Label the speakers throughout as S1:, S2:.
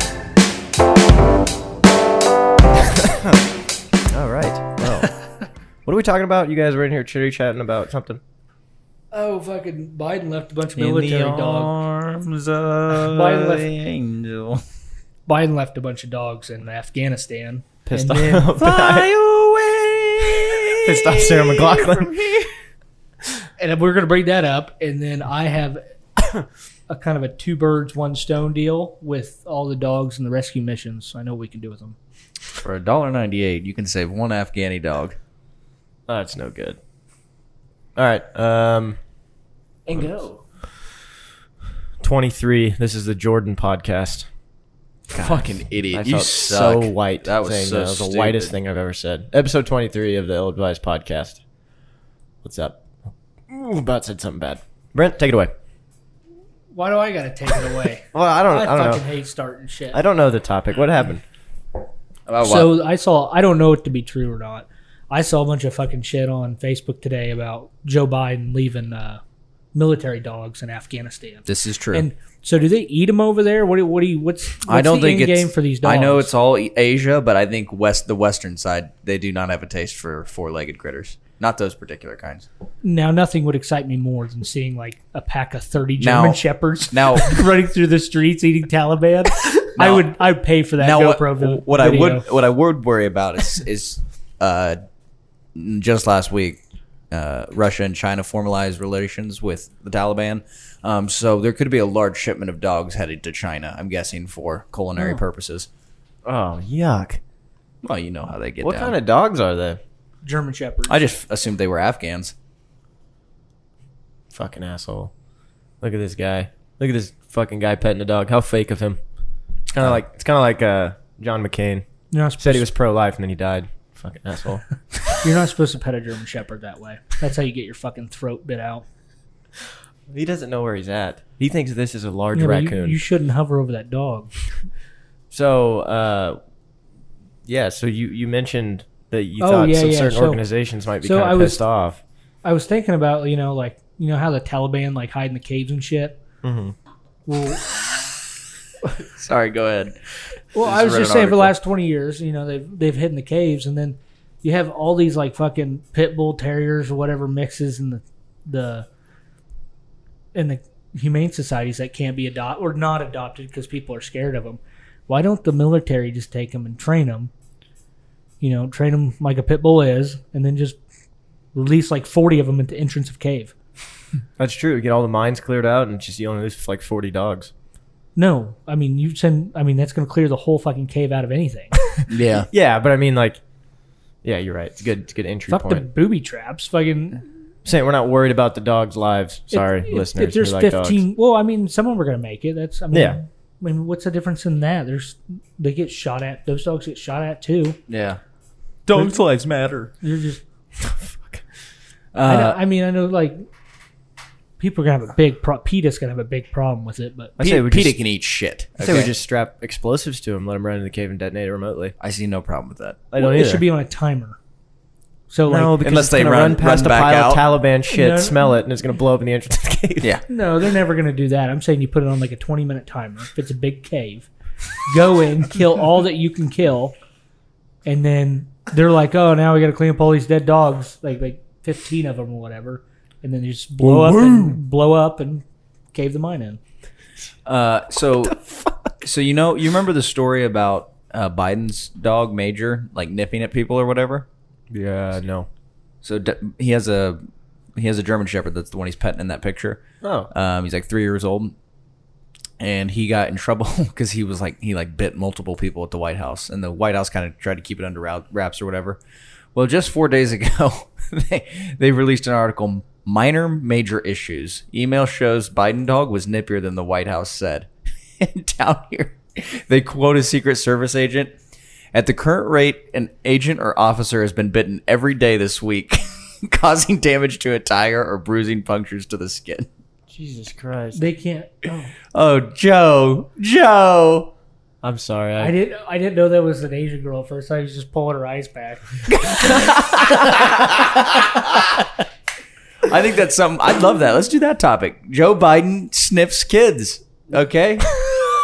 S1: we talking about? You guys were in here chitty chatting about something.
S2: Oh, fucking Biden left a bunch of
S3: In
S2: military
S3: the
S2: dogs.
S3: arms of
S2: Why left-
S3: the angel.
S2: Biden left a bunch of dogs in Afghanistan.
S1: Pissed
S2: And then-
S1: off.
S3: away.
S1: Pissed off Sarah McLachlan.
S3: from here.
S2: and we're going to bring that up. And then I have a kind of a two birds, one stone deal with all the dogs and the rescue missions. I know what we can do with them.
S3: For a dollar ninety-eight, you can save one Afghani dog.
S1: That's no good. All right. Um,
S2: And go.
S1: 23. This is the Jordan podcast.
S3: Fucking idiot!
S1: I
S3: you
S1: felt
S3: suck.
S1: so white.
S3: That was
S1: saying
S3: so
S1: that. That was
S3: stupid.
S1: the whitest thing I've ever said. Episode 23 of the Ill Advised podcast. What's up? Ooh, about said something bad. Brent, take it away.
S2: Why do I got to take it away?
S1: Well, I don't.
S2: I,
S1: I, don't
S2: fucking
S1: know.
S2: hate starting shit.
S1: I don't know the topic. What happened?
S3: About what?
S2: So I saw. I don't know it to be true or not. I saw a bunch of fucking shit on Facebook today about Joe Biden leaving uh, military dogs in Afghanistan.
S3: this is true.
S2: And so, do they eat them over there? What? do- What do you? What's, what's
S3: I don't
S2: the
S3: think
S2: end
S3: it's
S2: game for these dogs?
S3: I know it's all E- Asia, but I think west the western side they do not have a taste for four-legged critters. Not those particular kinds.
S2: now nothing would excite me more than seeing like a pack of thirty German
S3: Now-
S2: shepherds
S3: Now,
S2: running through the streets eating Taliban. I
S3: Now-
S2: would. I would pay for that
S3: now what,
S2: GoPro vi-
S3: what I
S2: video.
S3: would what I would worry about is is uh, just last week. Uh, Russia and China formalized relations with the Taliban, um, so there could be a large shipment of dogs headed to China. I'm guessing for culinary
S1: Hmm.
S3: purposes.
S1: Oh, yuck.
S3: Well, you know how they get
S1: What
S3: down.
S1: kind of dogs are they?
S2: German shepherds.
S3: I just assumed they were Afghans.
S1: Fucking asshole. Look at this guy. Look at this fucking guy petting a dog. How fake of him. It's
S2: Oh.
S1: kind of like it's kind of like uh, John McCain
S2: you're, not
S1: said
S2: supposed,
S1: he was pro life and then he died. Fucking asshole.
S2: you're not supposed to pet a German shepherd that way. That's how you get your fucking throat bit out.
S1: he doesn't know where he's at. He thinks this is a large
S2: Yeah, but you,
S1: raccoon.
S2: you shouldn't hover over that dog.
S1: So, uh, yeah. So you you mentioned that you
S2: Oh,
S1: thought
S2: yeah,
S1: some
S2: yeah,
S1: certain
S2: so-
S1: organizations might be
S2: so
S1: kind
S2: I
S1: of
S2: was-
S1: pissed off.
S2: I was thinking about you know like you know how the Taliban like hide in the caves and shit.
S3: Mm-hmm.
S2: Well,
S3: Sorry, go ahead.
S2: Well,
S3: Just
S2: I was
S3: read
S2: just saying for
S3: an
S2: the
S3: article.
S2: last twenty years, you know, they've they've hid in the caves, and then you have all these like fucking pit bull terriers or whatever mixes in the the in the humane societies that can't be adopted or not adopted because people are scared of them. Why don't the military just take them and train them? You know, train them like a pit bull is, and then just release like forty of them at the entrance of cave.
S1: That's true. Get all the mines cleared out and just you only lose like forty dogs.
S2: No, I mean you send. I mean that's going to clear the whole fucking cave out of anything.
S3: Yeah.
S1: Yeah, but I mean like. Yeah, you're right. It's a good. It's a good entry
S2: Fuck the
S1: point.
S2: booby traps. Fucking
S1: Saying we're not worried about the dogs' lives. Sorry,
S2: if,
S1: listeners.
S2: If
S1: we
S2: there's
S1: like dogs.
S2: 15, well, I mean, some of them are going to make it. That's, I mean,
S1: Yeah.
S2: I mean, what's the difference in that? There's, they get shot at. Those dogs get shot at too.
S3: Yeah.
S1: dogs' lives matter.
S2: They're just.
S1: Oh,
S2: I, know,
S3: Uh,
S2: I mean, I know like people are gonna have a big pro- PETA's gonna have a big problem with it, but
S1: I
S3: P-
S1: say we
S3: PETA
S1: just.
S3: can eat shit.
S1: I say we
S3: okay?
S1: just strap explosives to him, let him run into the cave and detonate it remotely.
S3: I see no problem with that.
S1: I don't
S2: it
S1: either.
S2: should be on a timer. So like,
S1: no, because
S3: Unless
S1: it's
S3: they
S1: gonna
S3: run-
S1: run past
S3: run
S1: a
S3: back
S1: pile
S3: out.
S1: of Taliban shit,
S2: No.
S1: smell it, and it's gonna blow up in the entrance of the cave.
S3: Yeah.
S2: no, they're never gonna do that. I'm saying you put it on like a 20 minute timer. If it's a big cave, go in, kill all that you can kill, and then they're like, oh, now we got to clean up all these dead dogs, like like fifteen of them or whatever, and then you just blow up, and blow up, and cave the mine in.
S3: Uh, so, so you know, you remember the story about uh, Biden's dog Major, like nipping at people or whatever.
S1: Yeah. No.
S3: So d- he has a he has a German Shepherd. That's the one he's petting in that picture.
S1: Oh.
S3: Um, he's like three years old, and he got in trouble because he was like he like bit multiple people at the White House, and the White House kind of tried to keep it under wrap- wraps or whatever. Well, just four days ago, they they released an article: minor major issues. Email shows Biden dog was nippier than the White House said. and down here, they quote a Secret Service agent. At the current rate, an agent or officer has been bitten every day this week, causing damage to a tire or bruising punctures to the skin.
S1: Jesus Christ.
S2: They can't. Oh,
S3: Oh, Joe, Joe.
S1: I'm sorry. I,
S2: I didn't. I didn't know that was an Asian girl at first. I was just pulling her eyes back.
S3: I think that's something. I love that. Let's do that topic. Joe Biden sniffs kids. Okay,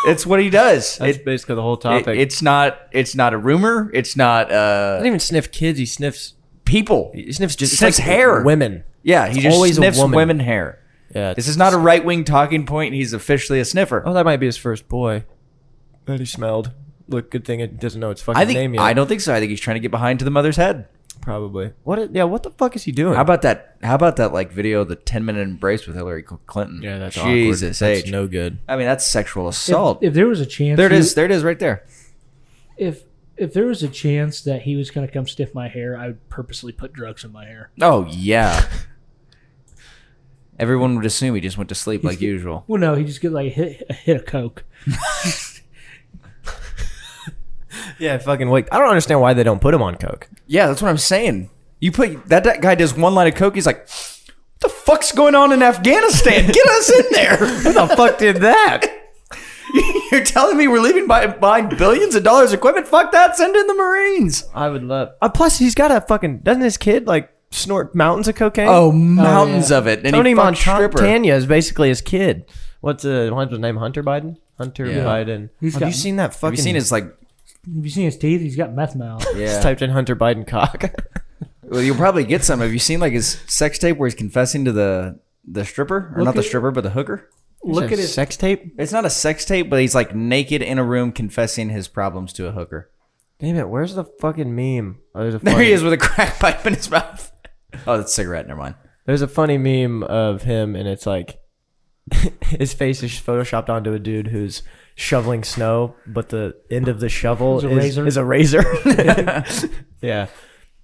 S3: it's what he does.
S1: that's
S3: It-
S1: basically the whole
S3: it-
S1: topic.
S3: it's not. It's not a rumor. It's not. Uh,
S1: doesn't even sniff kids. He sniffs
S3: people.
S1: He sniffs just it's
S3: Sniffs
S1: like
S3: hair.
S1: Women.
S3: Yeah, he
S1: It's
S3: just
S1: always a
S3: sniffs
S1: woman.
S3: women hair.
S1: Yeah.
S3: This is not a right wing talking point. He's officially a sniffer.
S1: Oh, that might be his first boy. That he smelled. Look, good thing it doesn't know its fucking
S3: I think
S1: name yet.
S3: I don't think so. I think he's trying to get behind to the mother's head.
S1: probably. What? i- Yeah. What the fuck is he doing?
S3: How about that? How about that like video, the ten minute embrace with Hillary Cl- Clinton?
S1: Yeah, that's awkward.
S3: Jesus
S1: That's
S3: H.
S1: no good.
S3: I mean, that's sexual
S2: If,
S3: assault.
S2: if there was a chance,
S3: there it
S2: he-
S3: is. There it is, right there.
S2: If if there was a chance that he was going to come sniff my hair, I would purposely put drugs in my hair.
S3: Oh yeah. Everyone would assume he just went to sleep like usual.
S2: Well, no, he just get like a hit, a hit of coke.
S1: Yeah, fucking wait. I don't understand why they don't put him on coke.
S3: Yeah, that's what I'm saying. You put that, that guy does one line of coke. He's like, "What the fuck's going on in Afghanistan? Get us in there! What the fuck did that?" You're telling me we're leaving by- behind billions of dollars of equipment? Fuck that! Send in the Marines.
S1: I would love. Uh, plus, he's got a fucking. Doesn't his kid like snort mountains of cocaine?
S3: Oh, mountains of it. And
S1: Tony
S3: he fucked stripper.
S1: Montana is basically his kid. What's uh, what's his name? Hunter Biden. Hunter
S3: Yeah.
S1: Biden. Have
S2: got-
S1: you seen that fucking?
S3: Have you seen his like?
S2: Have you seen his teeth? He's got meth mouth.
S1: Just typed in Hunter Biden cock.
S3: Well, you'll probably get some. Have you seen like his sex tape where he's confessing to the the stripper, or not the
S2: at-
S3: stripper, but the hooker?
S2: Look at
S1: Is that a
S2: his
S1: sex tape.
S3: It's not a sex tape, but he's like naked in a room confessing his problems to a hooker.
S1: Damn it! Where's the fucking meme? Oh, there's a
S3: There
S1: funny-
S3: he is with a crack pipe in his mouth. Oh, that's a cigarette. Never mind.
S1: There's a funny meme of him, and it's like his face is photoshopped onto a dude who's shoveling snow, but the end of the shovel
S2: Is
S1: is
S2: a
S1: is a
S2: razor.
S1: razor. yeah,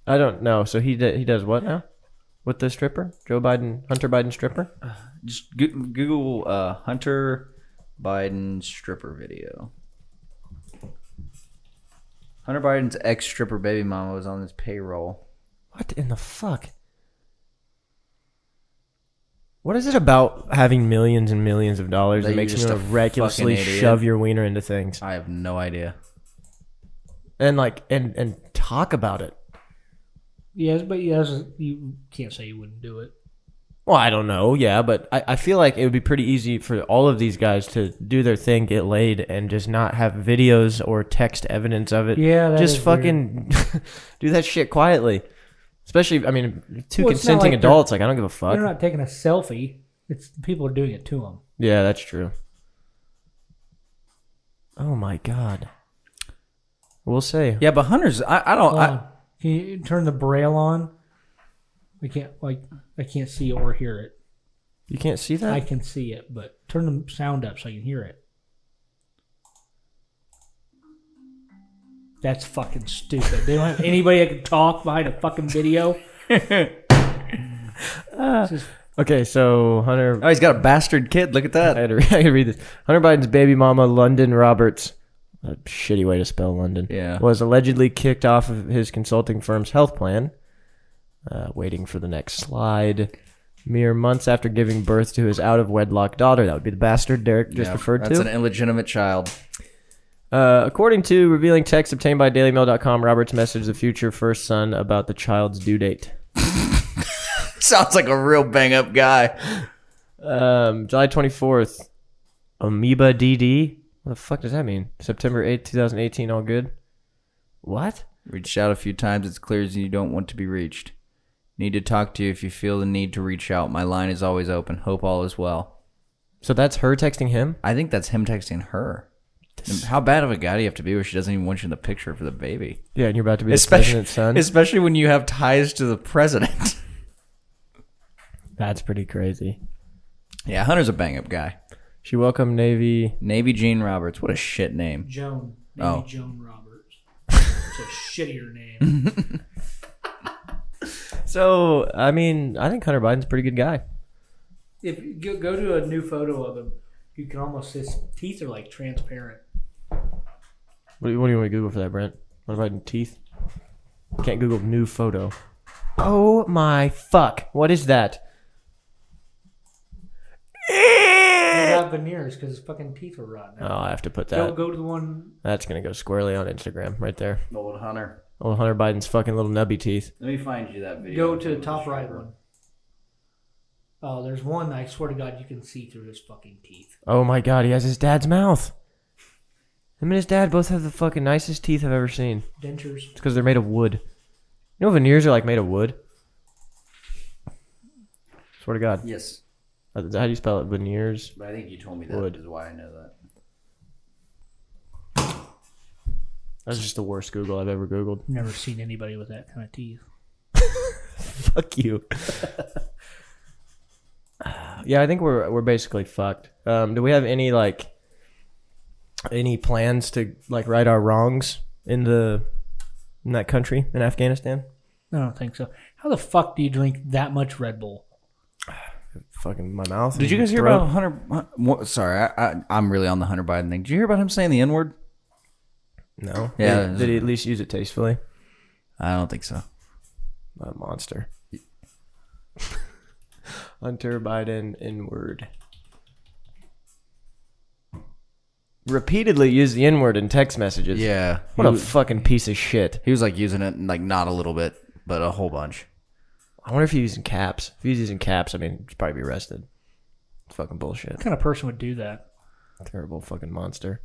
S1: I don't know. So he d- he does what now with the stripper? Joe Biden, Hunter Biden stripper?
S3: Just go- Google uh, Hunter Biden stripper video. Hunter Biden's ex stripper baby mama was on his payroll.
S1: What in the fuck? What is it about having millions and millions of dollars
S3: That
S1: that,
S3: you're
S1: makes you
S3: just
S1: want
S3: a
S1: to recklessly
S3: fucking idiot.
S1: shove your wiener into things
S3: I have no idea.
S1: and like and and talk about it?
S2: yes, but yes, you can't say you wouldn't do it.
S1: Well, I don't know. Yeah, but I, I feel like it would be pretty easy for all of these guys to do their thing, get laid, and just not have videos or text evidence of it.
S2: Yeah, that
S1: just
S2: is
S1: fucking do that shit quietly. Especially, I mean, two
S2: Well, it's not
S1: consenting
S2: like they're-
S1: adults. Like, I don't give a fuck.
S2: They're not taking a selfie. It's people are doing it to him.
S1: yeah, that's true. Oh my god. We'll see.
S3: Yeah, but Hunter's. I, I don't. I,
S2: Hold on. Can you turn the braille on? I can't like I can't see or hear it.
S1: You can't see that.
S2: I can see it, but turn the sound up so I can hear it. That's fucking stupid. They don't have anybody that can talk behind a fucking video.
S1: okay, so Hunter
S3: Oh, he's got a bastard kid. Look at
S1: I
S3: that.
S1: had, to, I had to read this. Hunter Biden's baby mama, London Roberts, a shitty way to spell London,
S3: Yeah.
S1: was allegedly kicked off of his consulting firm's health plan. Uh, waiting for the next slide. Mere months after giving birth to his out of wedlock daughter, that would be the bastard Derek just
S3: Yeah,
S1: referred
S3: That's
S1: to.
S3: an illegitimate child.
S1: Uh, according to revealing text obtained by DailyMail.com, Roberts messaged the future first son about the child's due date.
S3: Sounds like a real bang up guy.
S1: Um, July 24th, Amoeba DD. What the fuck does that mean? September 8th, 2018, all good? What?
S3: Reached out a few times. It's clear as you don't want to be reached. Need to talk to you if you feel the need to reach out. My line is always open. Hope all is well.
S1: So that's her texting him?
S3: I think that's him texting her. And How bad of a guy do you have to be where she doesn't even want you in the picture for the baby?
S1: Yeah, and you're about to be the president's son?
S3: especially when you have ties to the president.
S1: that's pretty crazy.
S3: yeah, Hunter's a bang up guy.
S1: She welcomed Navy.
S3: Navy Gene Roberts. What a shit name.
S2: Joan. Maybe
S3: Oh.
S2: Joan Roberts. It's a shittier name.
S1: So, I mean, I think Hunter Biden's a pretty good guy.
S2: If you go, go to a new photo of him, you can almost his teeth are like transparent.
S1: What do you, what do you want to Google for that, Brent? Hunter Biden teeth? Can't Google new photo. Oh my fuck. What is that?
S2: They got veneers because his fucking teeth are rotten.
S1: Oh, I have to put
S2: Go
S1: that.
S2: go to the one.
S1: That's going to go squarely on Instagram right there.
S3: Old Hunter.
S1: Old Hunter Biden's fucking little nubby teeth.
S3: Let me find you that video.
S2: Go to the top right one. Oh, there's one. I swear to God, you can see through his fucking teeth.
S1: Oh my god, he has his dad's mouth. Him and his dad both have the fucking nicest teeth I've ever seen.
S2: Dentures.
S1: It's because they're made of wood. You know, veneers are like made of wood. Swear to God.
S3: Yes,
S1: How do you spell it? Veneers.
S3: but I think you told me
S1: that Wood. is
S3: why I know that.
S1: That's just the worst Google I've ever Googled.
S2: Never seen anybody with that kind of teeth.
S1: Fuck you. yeah, I think we're we're basically fucked. Um, do we have any like any plans to like right our wrongs in the in that country in Afghanistan?
S2: I don't think so. How the fuck do you drink that much Red Bull?
S1: Fucking my mouth.
S3: Did you
S1: and
S3: guys hear
S1: throat.
S3: about Hunter? Hun- what- Sorry, I, I, I'm really on the Hunter Biden thing. Did you hear about him saying the N word?
S1: No.
S3: Yeah.
S1: Did, did he at least use it tastefully?
S3: I don't think so.
S1: What a monster. Hunter Biden inward. Repeatedly used the N word in text messages.
S3: Yeah,
S1: What a
S3: he,
S1: fucking piece of shit.
S3: he was like using it like not a little bit, but a whole bunch.
S1: I wonder if he's using caps. If he's using caps, I mean, he'd probably be arrested. It's fucking bullshit.
S2: What kind of person would do that?
S1: Terrible fucking monster.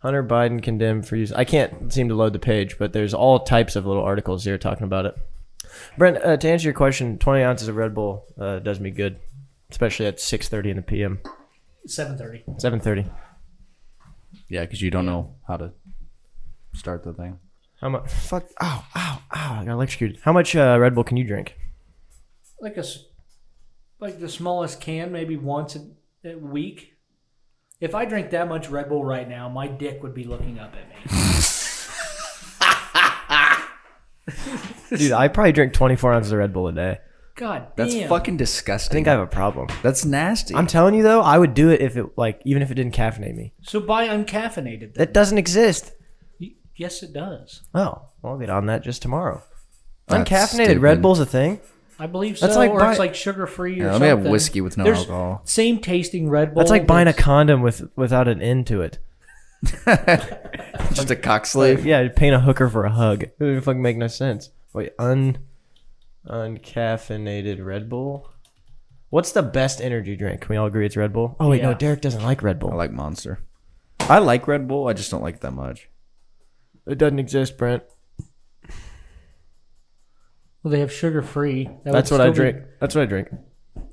S1: Hunter Biden condemned for use. I can't seem to load the page, but there's all types of little articles here talking about it. Brent, uh, to answer your question, 20 ounces of Red Bull uh, does me good, especially at 6:30 in the p.m.
S2: Seven thirty.
S1: 7:30.
S3: Yeah, because you don't know how to start the thing.
S1: How much? Fuck! Ow! Ow! Ow! I got electrocuted. How much uh, Red Bull can you drink?
S2: Like a, s- like the smallest can, maybe once a, a week. If I drink that much Red Bull right now, my dick would be looking up at me.
S1: Dude, I probably drink 24 ounces of Red Bull a day.
S2: God damn.
S3: That's fucking
S1: I
S3: disgusting.
S1: think I have a problem.
S3: That's nasty.
S1: I'm telling you though, I would do it if it like even if it didn't caffeinate me.
S2: So buy uncaffeinated. Then.
S1: That doesn't exist.
S2: Y- yes, it does.
S1: Oh, well, I'll get on that just tomorrow.
S3: That's
S1: Uncaffeinated
S3: stupid.
S1: Red Bull's a thing.
S2: I believe so.
S1: That's like
S2: or
S1: buy-
S2: it's like sugar free.
S3: Yeah,
S2: or
S3: let me have
S2: something.
S3: whiskey with no
S2: There's
S3: alcohol.
S2: Same tasting Red Bull.
S1: That's like buying a
S2: that's-
S1: condom with without an end to it.
S3: Just a cock sleeve.
S1: Yeah, you'd paying a hooker for a hug. It doesn't fucking make no sense. Wait, un uncaffeinated Red Bull. What's the best energy drink? Can we all agree it's Red Bull? Oh wait, no,
S2: Yeah.
S1: Derek doesn't like Red
S3: I
S1: Bull.
S3: like Monster. I like Red Bull. I just don't like it that much.
S1: It doesn't exist, Brent.
S2: Well, they have sugar free.
S1: That's what I drink. That's what I drink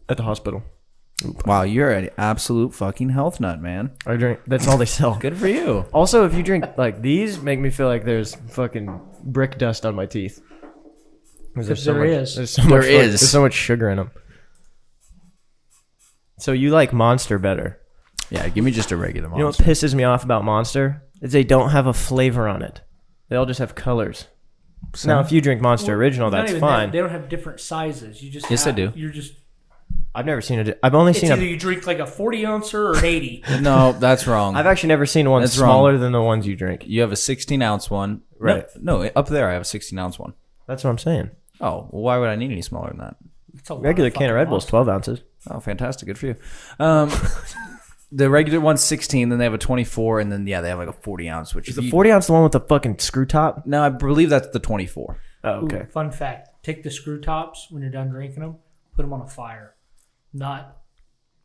S1: at the hospital.
S3: Wow, you're an absolute fucking health nut, man.
S1: I drink. That's all they sell.
S3: Good for you.
S1: Also, if you drink like these, make me feel like there's fucking brick dust on my teeth. 'Cause There's
S2: there
S1: much,
S2: is.
S1: There's so much,
S3: There
S1: fuck-
S3: is.
S1: There's so much sugar in them. So you like Monster better?
S3: Yeah, give me just a regular
S1: You know what
S3: Monster.
S1: pisses me off about Monster is they don't have a flavor on it. They all just have colors. now, if you drink Monster Original, Oh, that's fine.
S2: They don't have different sizes. You just
S3: Yes,
S2: have-
S3: they do.
S2: You're just.
S1: I've never seen it. I've only
S2: It's
S1: seen
S2: either
S1: a.
S2: you drink like a forty ouncer or an eighty.
S3: no, that's wrong.
S1: I've actually never seen one
S3: That's wrong.
S1: smaller than the ones you drink.
S3: you have a 16 ounce one,
S1: Right.
S3: No, no, up there I have a 16 ounce one.
S1: That's what I'm saying.
S3: Oh, well, why would I need any smaller than that?
S2: That's a lot
S1: Regular
S2: of
S1: can of
S2: fucking
S1: Red Bull's
S2: monster.
S1: 12 ounces.
S3: Oh, fantastic. Good for you. Um, the regular one's 16, then they have a 24, and then, yeah, they have like a 40 ounce, which
S1: Is
S3: is
S1: the 40 ounce the one with the fucking screw top?
S3: No, I believe that's the 24.
S1: Oh,
S2: Ooh, Fun fact: Take the screw tops when you're done drinking them. Put them on a fire. Not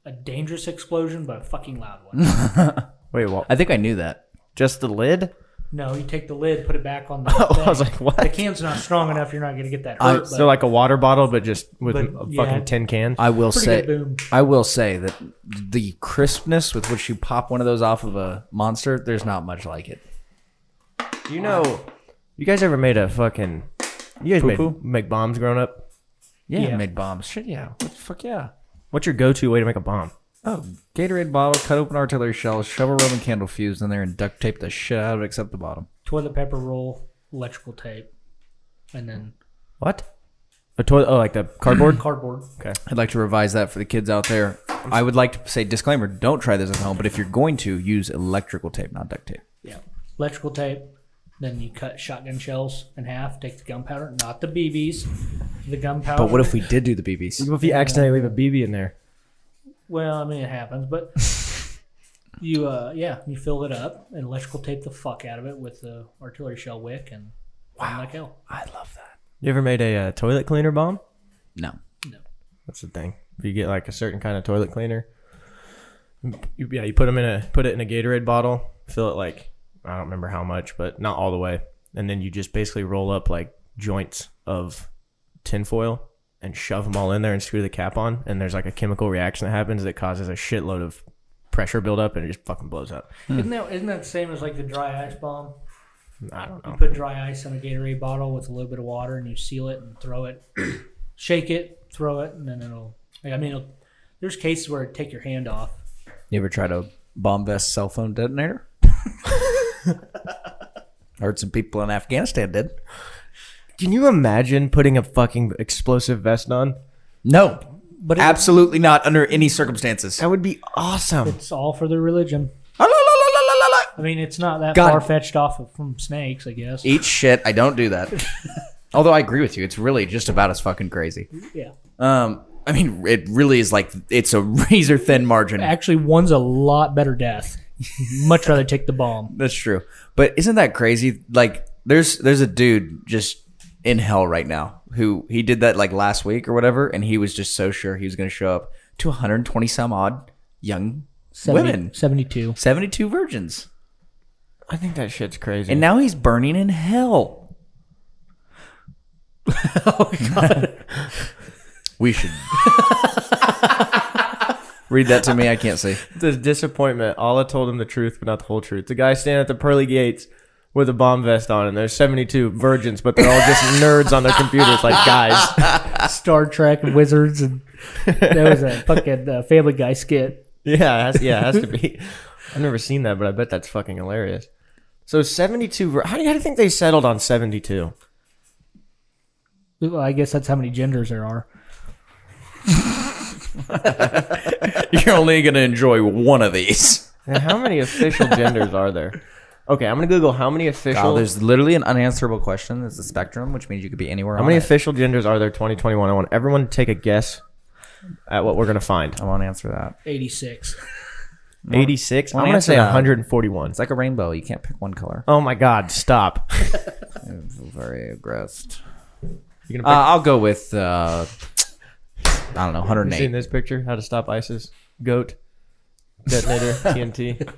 S2: a dangerous explosion, but a fucking loud one.
S1: Wait, what?
S3: I think I knew that.
S1: Just the lid?
S2: no, you take the lid, put it back on the.
S1: Oh, I was
S2: thing.
S1: like,
S2: the
S1: what?
S2: can's not strong enough. You're not gonna get that
S3: I-
S2: hurt.
S1: So like a water bottle, but just with
S2: But,
S1: a fucking
S2: yeah.
S1: tin can.
S3: I will
S2: Pretty
S3: say,
S2: good boom.
S3: I will say that the crispness with which you pop one of those off of a monster, there's not much like it.
S1: You know, you guys ever made a fucking? You guys
S3: Poo-poo?
S1: made make bombs growing up.
S3: Yeah,
S2: Yeah.
S3: made bombs. Shit, yeah. What the fuck, yeah.
S1: What's your go-to way to make a bomb?
S3: Oh, Gatorade bottle, cut open artillery shells, shove a Roman candle fuse in there, and duct tape the shit out of it except the bottom.
S2: toilet paper roll, electrical tape, and then
S1: What? A toilet? Oh, like the cardboard?
S2: cardboard.
S3: I'd like to revise that for the kids out there. I would like to say disclaimer: don't try this at home. But if you're going to, use electrical tape, not duct tape.
S2: Yeah. Electrical tape. Then you cut shotgun shells in half, take the gunpowder, not the BBs, the gunpowder.
S3: But what if we did do the BBs?
S1: What if you accidentally leave a BB in there?
S2: Well, I mean, it happens, but you, uh, yeah, you fill it up and electrical tape the fuck out of it with the artillery shell wick and wow. like hell.
S3: I love that.
S1: You ever made a uh, toilet cleaner bomb?
S3: No.
S1: That's the thing. You get like a certain kind of toilet cleaner. You, yeah, you put them in a put it in a Gatorade bottle, fill it like I don't remember how much, but not all the way, and then you just basically roll up like joints of tinfoil and shove them all in there and screw the cap on. And there's like a chemical reaction that happens that causes a shitload of pressure buildup and it just fucking blows up.
S2: Isn't that isn't that the same as like the dry ice bomb?
S1: I don't
S2: You
S1: know.
S2: put dry ice in a Gatorade bottle with a little bit of water, and you seal it and throw it, shake it, throw it, and then it'll. I mean, it'll, there's cases where it take your hand off.
S3: You ever tried a bomb vest cell phone detonator? Heard some people in Afghanistan did.
S1: Can you imagine putting a fucking explosive vest on?
S3: No,
S2: But it,
S3: absolutely not under any circumstances.
S1: That would be awesome.
S2: it's all for their religion.
S3: Ah, la, la, la, la, la, la.
S2: I mean, it's not that
S3: God.
S2: far fetched off of, from snakes, I guess.
S3: Eat shit. I don't do that. Although I agree with you, it's really just about as fucking crazy.
S2: Yeah,
S3: Um, I mean, it really is like it's a razor thin margin.
S2: actually, one's a lot better death. Much rather take the bomb.
S3: That's true. But isn't that crazy? Like there's there's a dude just in hell right now who he did that like last week or whatever, and he was just so sure he was gonna show up to 120 some odd young
S2: 70
S3: women.
S2: seventy-two.
S3: 72 virgins.
S1: I think that shit's crazy.
S3: And now he's burning in hell. oh god. we should read that to me, I can't see.
S1: the disappointment. Allah told him the truth, but not the whole truth. The guy standing at the pearly gates with a bomb vest on, and there's 72 virgins, but they're all just nerds on their computers, like guys.
S2: Star Trek and wizards, and that was a fucking uh, Family Guy skit.
S1: Yeah, it has, yeah, it has to be. I've never seen that, but I bet that's fucking hilarious. So 72. vir- How do you, how do you think they settled on 72?
S2: Well, I guess that's how many genders there are.
S3: You're only gonna enjoy one of these.
S1: And how many official genders are there? Okay, I'm gonna Google how many
S3: Wow,
S1: official.
S3: there's literally an unanswerable question. It's a spectrum, which means you could be anywhere.
S1: how many official genders are there 2021? I want everyone to take a guess at what we're gonna find.
S3: I won't answer that.
S2: Eighty-six.
S1: 86. I'm
S3: Wanna
S1: gonna
S3: answer
S1: say
S3: that?
S1: 141.
S3: It's like a rainbow. You can't pick one color.
S1: Oh my God! Stop.
S3: I'm very aggressed.
S1: You're gonna
S3: Uh, I'll go with uh, I don't know,
S1: pick, you seen
S3: 108.
S1: this picture? How to stop ISIS? Goat, detonator, TNT.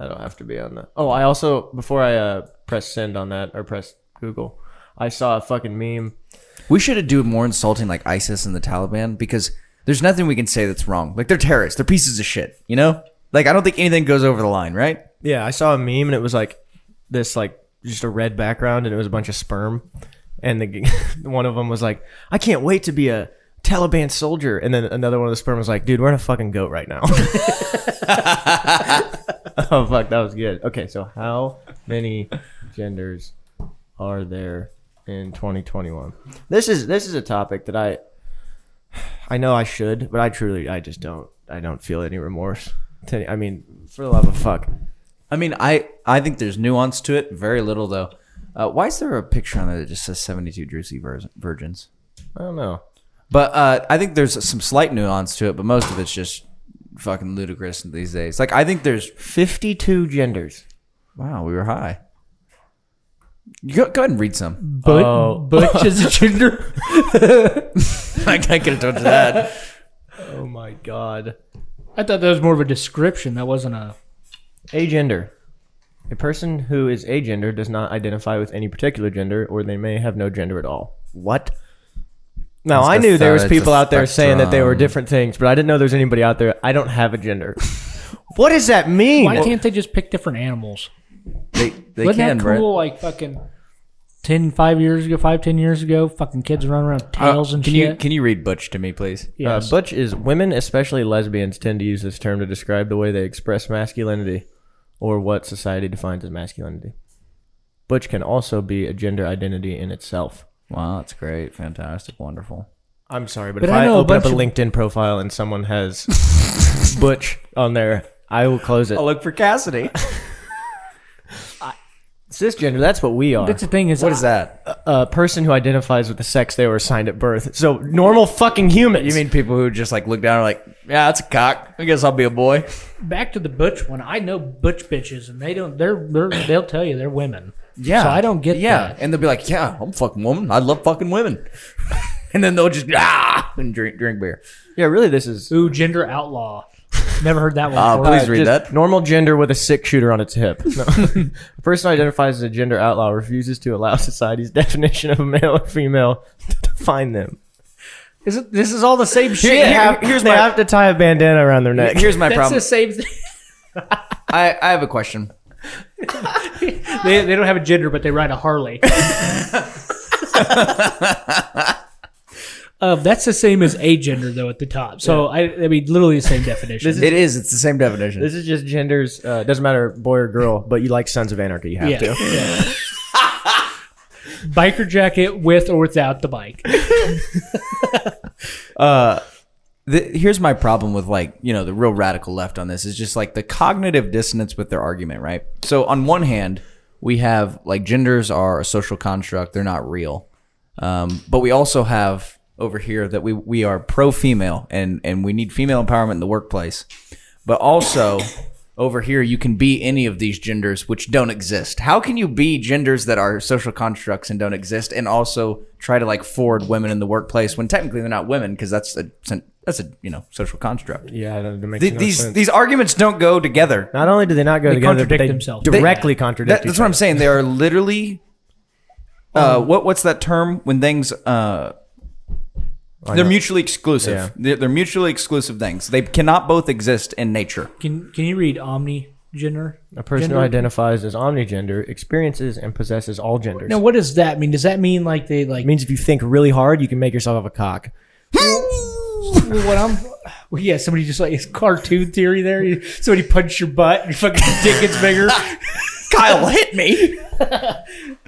S1: I don't have to be on that. Oh, I also before I uh, press send on that or press Google, I saw a fucking meme.
S3: We should do more insulting like ISIS and the Taliban because there's nothing we can say that's wrong. Like they're terrorists. They're pieces of shit. You know. Like I don't think anything goes over the line, right?
S1: Yeah, I saw a meme and it was like this, like just a red background, and it was a bunch of sperm. And the g- one of them was like, "I can't wait to be a Taliban soldier," and then another one of the sperm was like, "Dude, we're in a fucking goat right now." oh fuck, that was good. Okay, so how many genders are there in 2021? This is this is a topic that I I know I should, but I truly I just don't I don't feel any remorse. To- I mean, for the love of fuck.
S3: I mean, I I think there's nuance to it. Very little though. Uh, why is there a picture on there that just says 72 juicy vir- virgins?
S1: I don't know.
S3: But uh, I think there's some slight nuance to it, but most of it's just fucking ludicrous these days. Like I think there's
S1: 52 genders.
S3: wow, we were high. You Go, go ahead and read some.
S2: But
S1: Oh.
S2: Butch is a gender.
S3: I could have told you that.
S1: Oh my god.
S2: I thought that was more of a description. That wasn't a.
S1: Agender. A person who is agender does not identify with any particular gender or they may have no gender at all. What? Now,
S3: It's
S1: I
S3: the
S1: knew there
S3: third-
S1: was
S3: it's a
S1: people out there saying that they were
S3: spectrum.
S1: different things, but I didn't know there was anybody out there. I don't have a gender. what does that mean?
S2: Why can't they just pick different animals?
S3: They they
S2: Wasn't
S3: can,
S2: that
S3: Brent.
S2: cool? Like fucking 10, 5 years ago, five, ten years ago, fucking kids running around with
S3: Uh,
S2: tails and
S3: can
S2: shit.
S3: you can you read Butch to me, please?
S1: Uh,
S2: Yes.
S1: butch is women, especially lesbians, tend to use this term to describe the way they express masculinity or what society defines as masculinity. Butch can also be a gender identity in itself.
S3: Wow, that's great, fantastic, wonderful.
S1: I'm sorry, but,
S2: But
S1: if
S2: I
S1: I,
S2: know a
S1: open up a
S2: bunch of-
S1: LinkedIn profile and someone has Butch on there, I will close it.
S3: look for Cassidy.
S1: Cisgender, that's what we are.
S2: That's the thing is,
S3: what is that?
S1: A person who identifies with the sex they were assigned at birth. So normal fucking humans.
S3: You mean people who just like look down and are like, yeah, that's a cock. I guess I'll be a boy.
S2: back to the butch one. I know butch bitches, and they don't. They're, they're they'll tell you they're women.
S3: Yeah.
S2: So I don't get
S3: Yeah.
S2: that.
S3: And they'll be like, yeah, I'm a fucking woman. I love fucking women. and then they'll just, ah, and drink, drink beer.
S1: Yeah, really, this is
S2: Ooh, gender outlaw. Never heard that one.
S1: Ah,
S3: Uh,
S2: before.
S3: please read
S1: just
S3: that.
S1: Normal gender with a six shooter on its hip. No. a person who identifies as a gender outlaw refuses to allow society's definition of male or female to define them.
S3: Is it, this is all the same shit.
S1: They have- they have to tie a bandana around their neck.
S3: here's my
S2: That's
S3: problem.
S2: the same thing.
S3: I, I have a question.
S2: They, they don't have a gender, but they ride a Harley. uh, that's the same as a gender, though, at the top. So, I, I mean, literally the same definition.
S3: It is. It's the same definition.
S1: This is just genders. Uh, doesn't matter boy or girl, but you like Sons of Anarchy. You have
S2: Yeah.
S1: to.
S2: Biker jacket with or without the bike.
S3: the, here's my problem with like you know the real radical left on this is just like the cognitive dissonance with their argument right so on one hand we have like genders are a social construct they're not real um, but we also have over here that we we are pro female and and we need female empowerment in the workplace but also over here you can be any of these genders which don't exist how can you be genders that are social constructs and don't exist and also try to like forward women in the workplace when technically they're not women because that's a that's a you know social construct
S1: Yeah, that, that makes
S3: Th-
S1: no
S3: these
S1: sense.
S3: these arguments don't go together
S1: Not only do they not go together,
S2: contradict
S1: but they
S2: themselves.
S1: directly
S3: They-
S1: contradict.
S3: that- that's
S1: each
S3: what i'm
S1: other.
S3: saying they are literally uh,
S1: Um,
S3: what what's that term when things uh, they're
S1: know.
S3: mutually exclusive.
S1: Yeah.
S3: They're, they're mutually exclusive things. They cannot both exist in nature.
S2: Can Can you read omni gender?
S1: A person who
S2: Gender?
S1: identifies as omnigender experiences and possesses all genders.
S2: Now, what does that mean? Does that mean like they like?
S1: It means if you think really hard, you can make yourself have a cock.
S2: Well, what I'm, well, yeah, somebody just like it's cartoon theory there. You- Somebody punched your butt and your fucking dick gets bigger.
S3: Kyle hit me.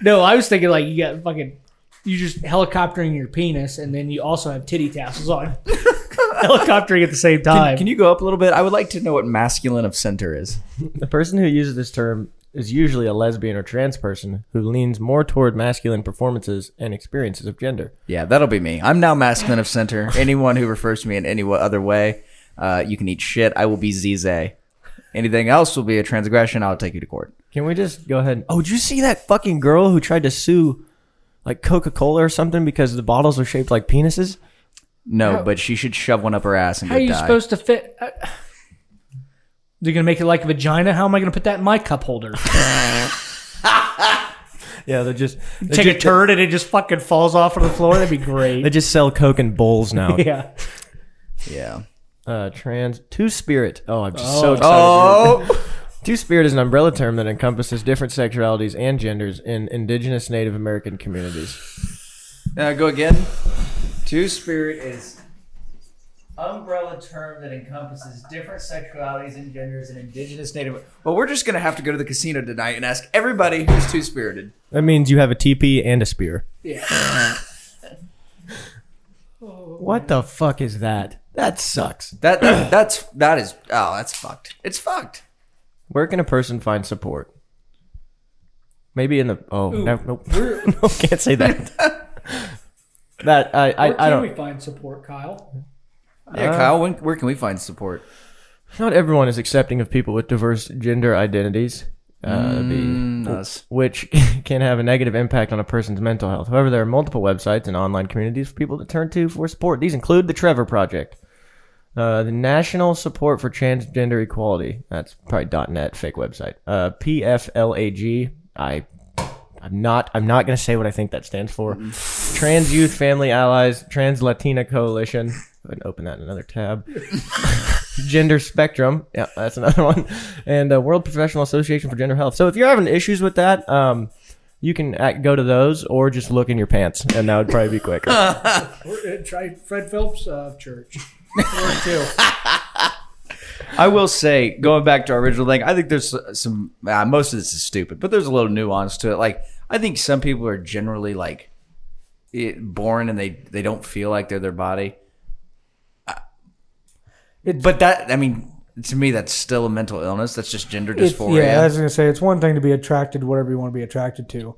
S2: No, I was thinking like you got fucking, you just helicoptering your penis and then you also have titty tassels on, helicoptering at the same time.
S3: Can you go up a little bit? I would like to know what masculine of center is.
S1: The person who uses this term is usually a lesbian or trans person who leans more toward masculine performances and experiences of gender.
S3: Yeah, that'll be me. I'm now masculine of center. Anyone who refers to me in any wa- other way, uh, you can eat shit. I will be Zizay. Anything else will be a transgression. I'll take you to court.
S1: Can we just go ahead? Oh, did you see that fucking girl who tried to sue like Coca Cola or something because the bottles were shaped like penises?
S3: No, but she should shove one up her ass and
S2: How
S3: go
S2: are you
S3: die.
S2: supposed to fit? Uh, they're gonna make it like a vagina. How am I gonna put that in my cup holder?
S1: Yeah, they just they
S2: Take a
S1: just,
S2: turd and it just fucking falls off on the floor. That'd be
S1: They
S2: great.
S1: just sell Coke in bowls now.
S2: Yeah.
S3: yeah.
S1: uh, trans Two Spirit. Oh, I'm just so
S2: Oh.
S1: excited.
S3: Oh,
S1: Two Spirit is an umbrella term that encompasses different sexualities and genders in indigenous Native American communities.
S3: uh, go again. Two spirit is umbrella term that encompasses different sexualities and genders in indigenous native. Well, we're just gonna have to go to the casino tonight and ask everybody who's two spirited.
S1: That means you have a teepee and a spear. What the fuck is that? That sucks.
S3: That, that that's that is oh that's fucked. It's fucked.
S1: Where can a person find support? Maybe in the oh no, nope.
S2: Where,
S1: no can't say that. that I I, I don't.
S2: find support, Kyle? Uh.
S3: Yeah, Kyle, when, where can we find support?
S1: Not everyone is accepting of people with diverse gender identities. Uh, that'd be-
S3: Us.
S1: which can have a negative impact on a person's mental health. However, there are multiple websites and online communities for people to turn to for support. These include the Trevor Project, uh, the National Support for Transgender Equality. That's probably .net fake website. Uh, PFLAG. I. I'm not. I'm not going to say what I think that stands for. Trans Youth Family Allies, Trans Latina Coalition. Go ahead and open that in another tab. Gender Spectrum. Yeah, that's another one. And uh, World Professional Association for Gender Health. So if you're having issues with that, um, you can act, go to those or just look in your pants, and that would probably be quicker.
S2: Try Fred Phelps uh, Church.
S3: I will say, going back to our original thing, I think there's some. Uh, most of this is stupid, but there's a little nuance to it. Like, I think some people are generally like it, born and they they don't feel like they're their body. I- but that, I mean, to me, that's still a mental illness. That's just gender
S4: It's- Yeah, I
S3: dysphoria.
S4: was gonna say it's one thing to be attracted to whatever you want to be attracted to.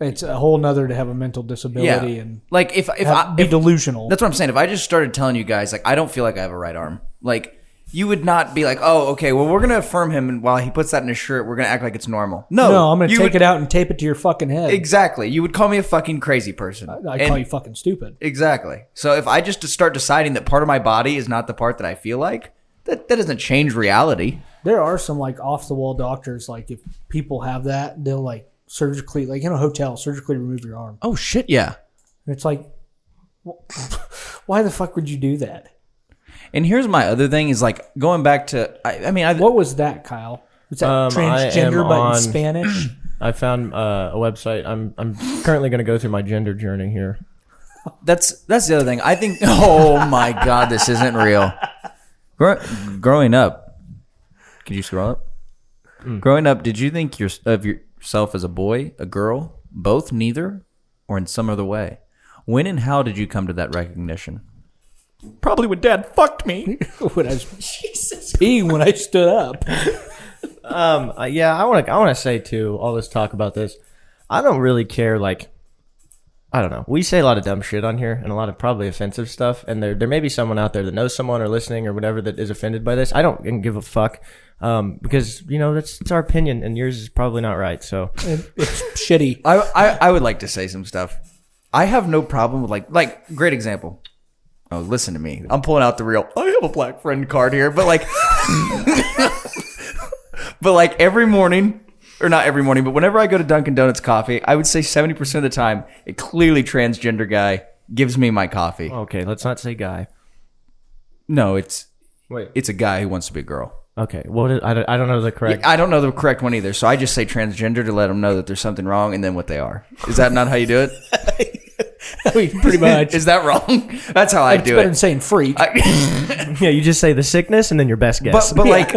S4: It's a whole nother to have a mental
S3: Yeah,
S4: disability and
S3: like if if
S4: have,
S3: I,
S4: be
S3: if
S4: delusional.
S3: That's what I'm saying. If I just started telling you guys, like, I don't feel like I have a right arm, like, you would not be like, oh, okay, well, we're going to affirm him. And while he puts that in his shirt, we're going to act like it's normal. No.
S4: no, I'm gonna
S3: you
S4: take
S3: would-
S4: it out and tape it to your fucking head.
S3: Exactly. You would call me a fucking crazy person.
S4: I
S3: And-
S4: call you fucking stupid.
S3: Exactly. So if I just start deciding that part of my body is not the part that I feel like, that, that doesn't change reality.
S2: There are some like off the wall doctors. Like if people have that, they'll like surgically, like in a hotel, surgically remove your arm.
S3: Oh shit, yeah.
S2: And it's like, wh- why the fuck would you do that?
S3: And here's my other thing is like going back to I, I mean I
S2: What was that, Kyle? Was that
S1: Um, I am
S2: transgender but
S1: on-
S2: in Spanish?
S1: I found uh, a website. I'm I'm currently going to go through my gender journey here.
S3: that's that's the other thing. I think oh my god, this isn't real. Grow, growing up, can you scroll up? Growing up, did you think your, of yourself as a boy, a girl, both, neither, or in some other way? When and how did you come to that recognition? Probably when Dad fucked me.
S2: when I was peeing when I stood up.
S1: Um, uh, yeah, I want to. I want to say too. All this talk about this, I don't really care. Like, I don't know. We say a lot of dumb shit on here, and a lot of probably offensive stuff. And there, there may be someone out there that knows someone or listening or whatever that is offended by this. I don't give a fuck, um, because you know that's it's our opinion, and yours is probably not right. So
S2: And it's shitty.
S3: I, I I would like to say some stuff. I have no problem with like like great example. Oh, listen to me. I'm pulling out the real. I have a black friend card here, but like, but like every morning, or not every morning, but whenever I go to Dunkin' Donuts coffee, I would say 70 percent of the time, a clearly transgender guy gives me my coffee.
S1: okay, let's not say guy.
S3: No, it's
S1: Wait.
S3: it's a guy who wants to be a girl.
S1: Okay. What? Is, I don't. I don't know the correct.
S3: I don't know the correct one either, so I just say transgender to let them know that there's something wrong and then what they are. Is that not how you do it?
S2: I mean, pretty much.
S3: Is that wrong? That's how I
S2: it's
S3: do
S2: better than
S3: it.
S2: saying freak.
S3: I-
S1: Yeah, you just say the sickness and then your best guess.
S3: but but like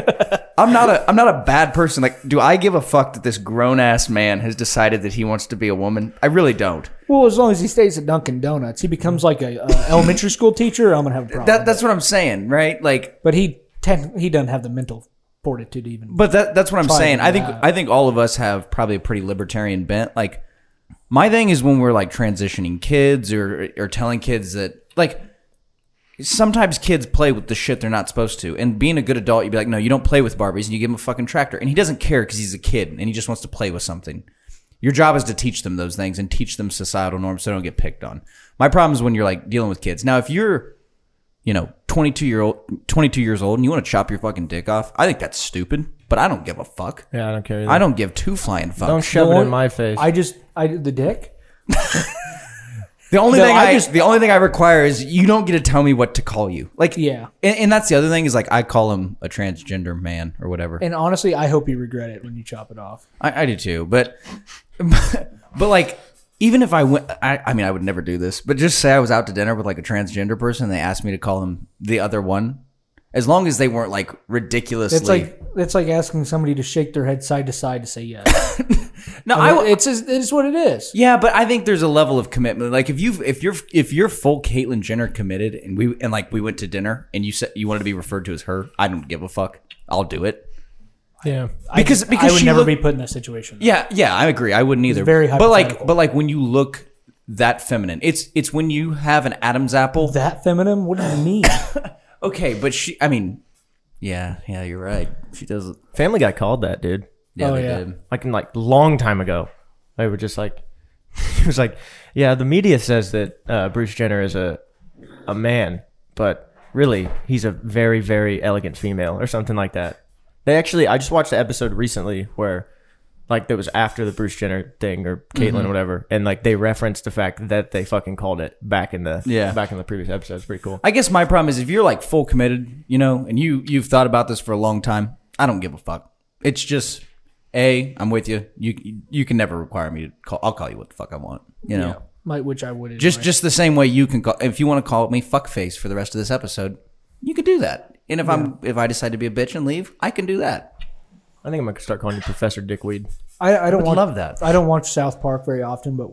S3: I'm not a I'm not a bad person. Like, do I give a fuck that this grown ass man has decided that he wants to be a woman? I really don't.
S2: well, as long as he stays at Dunkin' Donuts, he becomes like a, uh elementary school teacher. I'm gonna have a problem.
S3: That that's what I'm saying, right? Like,
S2: but he ten, he doesn't have the mental fortitude to even.
S3: but that that's what I'm
S2: Try
S3: saying. I think
S2: that.
S3: I think all of us have probably a pretty libertarian bent. Like, my thing is when we're like transitioning kids or or telling kids that like. Sometimes kids play with the shit they're not supposed to, and being a good adult, you'd be like, "No, you don't play with Barbies," and you give him a fucking tractor, and he doesn't care because he's a kid and he just wants to play with something. Your job is to teach them those things and teach them societal norms so they don't get picked on. My problem is when you're like dealing with kids. Now, if you're, you know, 22 year old, 22 years old, and you want to chop your fucking dick off, I think that's stupid. But I don't give a fuck.
S1: yeah, I don't care. Either.
S3: I don't give two flying fucks.
S1: Don't shove it
S2: one-
S1: in my face.
S2: I just I the dick.
S3: the only
S2: No,
S3: thing
S2: I
S3: I,
S2: just-
S3: the only thing I require is you don't get to tell me what to call you. Like,
S2: Yeah.
S3: and, and that's the other thing is like I call him a transgender man or whatever.
S2: And honestly, I hope you regret it when you chop it off.
S3: I, I do too, but but like even if I went, I, I mean, I would never do this, but just say I was out to dinner with like a transgender person, and they asked me to call them the other one, as long as they weren't like ridiculously.
S2: It's like it's like asking somebody to shake their head side to side to say yes.
S3: no, I,
S2: I,
S3: w-
S2: it's just- it's what it is.
S3: yeah, but I think there's a level of commitment. Like if you if you're if you're full Caitlyn Jenner committed, and we and like we went to dinner, and you said you wanted to be referred to as her, I don't give a fuck. I'll do it
S1: yeah.
S3: because because
S2: I would
S3: she
S2: never
S3: looked-
S2: be put in that situation.
S3: Yeah, yeah, I agree. I wouldn't either.
S2: very
S3: but like,
S2: hypothetical.
S3: but like when you look that feminine, it's it's when you have an Adam's apple.
S2: That feminine? What do you mean?
S3: Okay, but she, I mean, yeah, yeah, you're right. She does.
S1: Family Guy called that dude.
S3: Yeah,
S2: Oh,
S3: they
S2: yeah.
S3: did.
S1: like in like long time ago. They were just like, he was like, yeah, the media says that uh, Bruce Jenner is a a man, but really he's a very very elegant female or something like that. They actually, I just watched the episode recently where like that was after the Bruce Jenner thing or Caitlyn
S2: Mm-hmm.
S1: or whatever, and like they referenced the fact that they fucking called it back in the
S3: Yeah.
S1: back in the previous episode. It's pretty cool.
S3: I guess my problem is if you're like full committed, you know, and you you've thought about this for a long time. I don't give a fuck. It's just a. I'm with you. You you can never require me to call. I'll call you what the fuck I want. You know,
S2: Might which I would
S3: just just the same way you can call if you want to call me fuckface for the rest of this episode. You could do that. And if I'm if I decide to be a bitch and leave, I can do that.
S1: I think I'm gonna start calling you Professor Dickweed.
S2: I, I don't
S3: would
S2: watch,
S3: love that.
S2: I don't watch South Park very often, but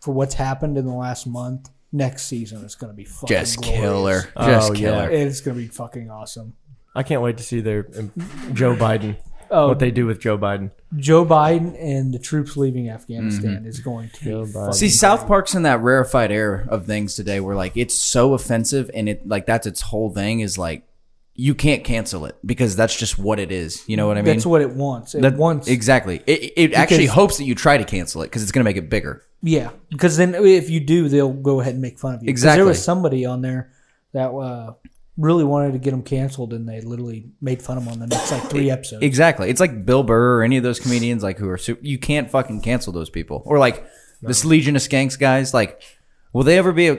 S2: for what's happened in the last month, next season it's gonna be fucking
S3: Just
S2: glorious.
S3: kill her.
S1: Oh,
S3: Just
S1: yeah.
S3: kill her.
S2: It's gonna be fucking awesome.
S1: I can't wait to see their um, Joe Biden.
S2: Oh,
S1: What they do with Joe Biden.
S2: Joe Biden and the troops leaving Afghanistan
S3: Mm-hmm.
S2: is going to be fucking-
S3: See, South Park's in that rarefied air of things today where like it's so offensive and it like that's its whole thing is like you can't cancel it because that's just what it is. You know what I mean?
S2: that's what it wants. It
S3: That-
S2: wants
S3: exactly. It, it actually hopes that you try to cancel it because it's going to make it bigger.
S2: Yeah, because then if you do, they'll go ahead and make fun of you. 'Cause
S3: Exactly.
S2: There was somebody on there that uh, really wanted to get them canceled, and they literally made fun of them on the next like three episodes.
S3: Exactly. It's like Bill Burr or any of those comedians like who are super, you can't fucking cancel those people. Or like this Legion of Skanks guys like will they ever be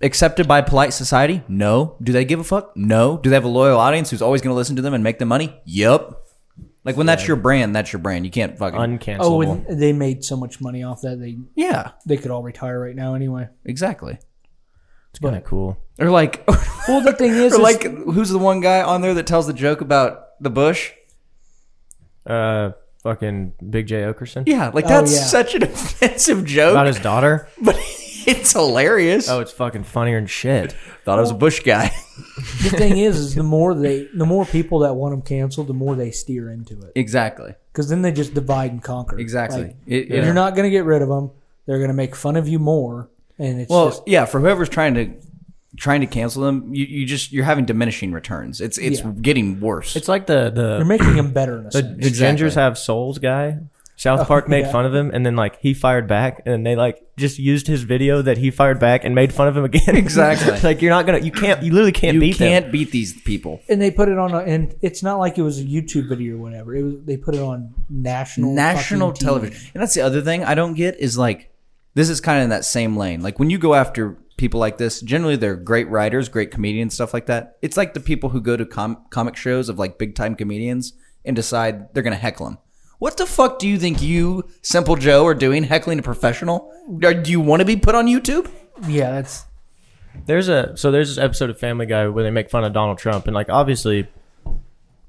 S3: accepted by polite society? No. Do they give a fuck? No. Do they have a loyal audience who's always going to listen to them and make them money? Yep. Like when that's your brand, that's your brand. You can't fucking
S1: Uncancelable.
S2: Oh, and they made so much money off that they
S3: Yeah,
S2: they could all retire right now anyway.
S3: exactly.
S1: it's kind of cool.
S3: Or like
S2: Well, the thing is,
S3: or
S2: is
S3: like who's the one guy on there that tells the joke about the bush?
S1: Uh, fucking Big J Okerson
S3: Yeah, like that's
S2: Oh, yeah.
S3: such an offensive joke,
S1: about his daughter.
S3: but it's hilarious.
S1: Oh, it's fucking funnier than shit.
S3: Thought I was a bush guy.
S2: the thing is, is the more they, the more people that want them canceled, the more they steer into it.
S3: exactly.
S2: Because then they just divide and conquer.
S3: Exactly.
S2: Like,
S3: It-
S2: You're
S3: yeah.
S2: not going to get rid of them. They're going to make fun of you more, and it's
S3: Well,
S2: just
S3: yeah, for whoever's trying to trying to cancel them, you, you just you're having diminishing returns. It's it's
S2: Yeah.
S3: getting worse.
S1: It's like the
S2: you're
S1: the
S2: making them better in a
S1: the,
S2: sense.
S1: the
S3: Exactly.
S1: gingers have souls guy.
S3: Oh,
S1: South Park made
S2: yeah.
S1: fun of him, and then like he fired back, and they like just used his video that he fired back and made fun of him again.
S3: Exactly.
S1: like you're not gonna, you can't, you literally can't
S3: you
S1: beat them.
S3: can't beat these people.
S2: And they put it on, a, and it's not like it was a YouTube video or whatever. It was they put it on national
S3: national
S2: fucking TV.
S3: television. And that's the other thing I don't get is like this is kind of in that same lane. Like when you go after people like this, generally they're great writers, great comedians, stuff like that. It's like the people who go to com- comic shows of like big time comedians and decide they're gonna heckle them. What the fuck do you think you, Simple Joe, are doing heckling a professional? Are- Do you want to be put on YouTube?
S2: Yeah, that's
S1: There's a so there's this episode of Family Guy where they make fun of Donald Trump, and like obviously,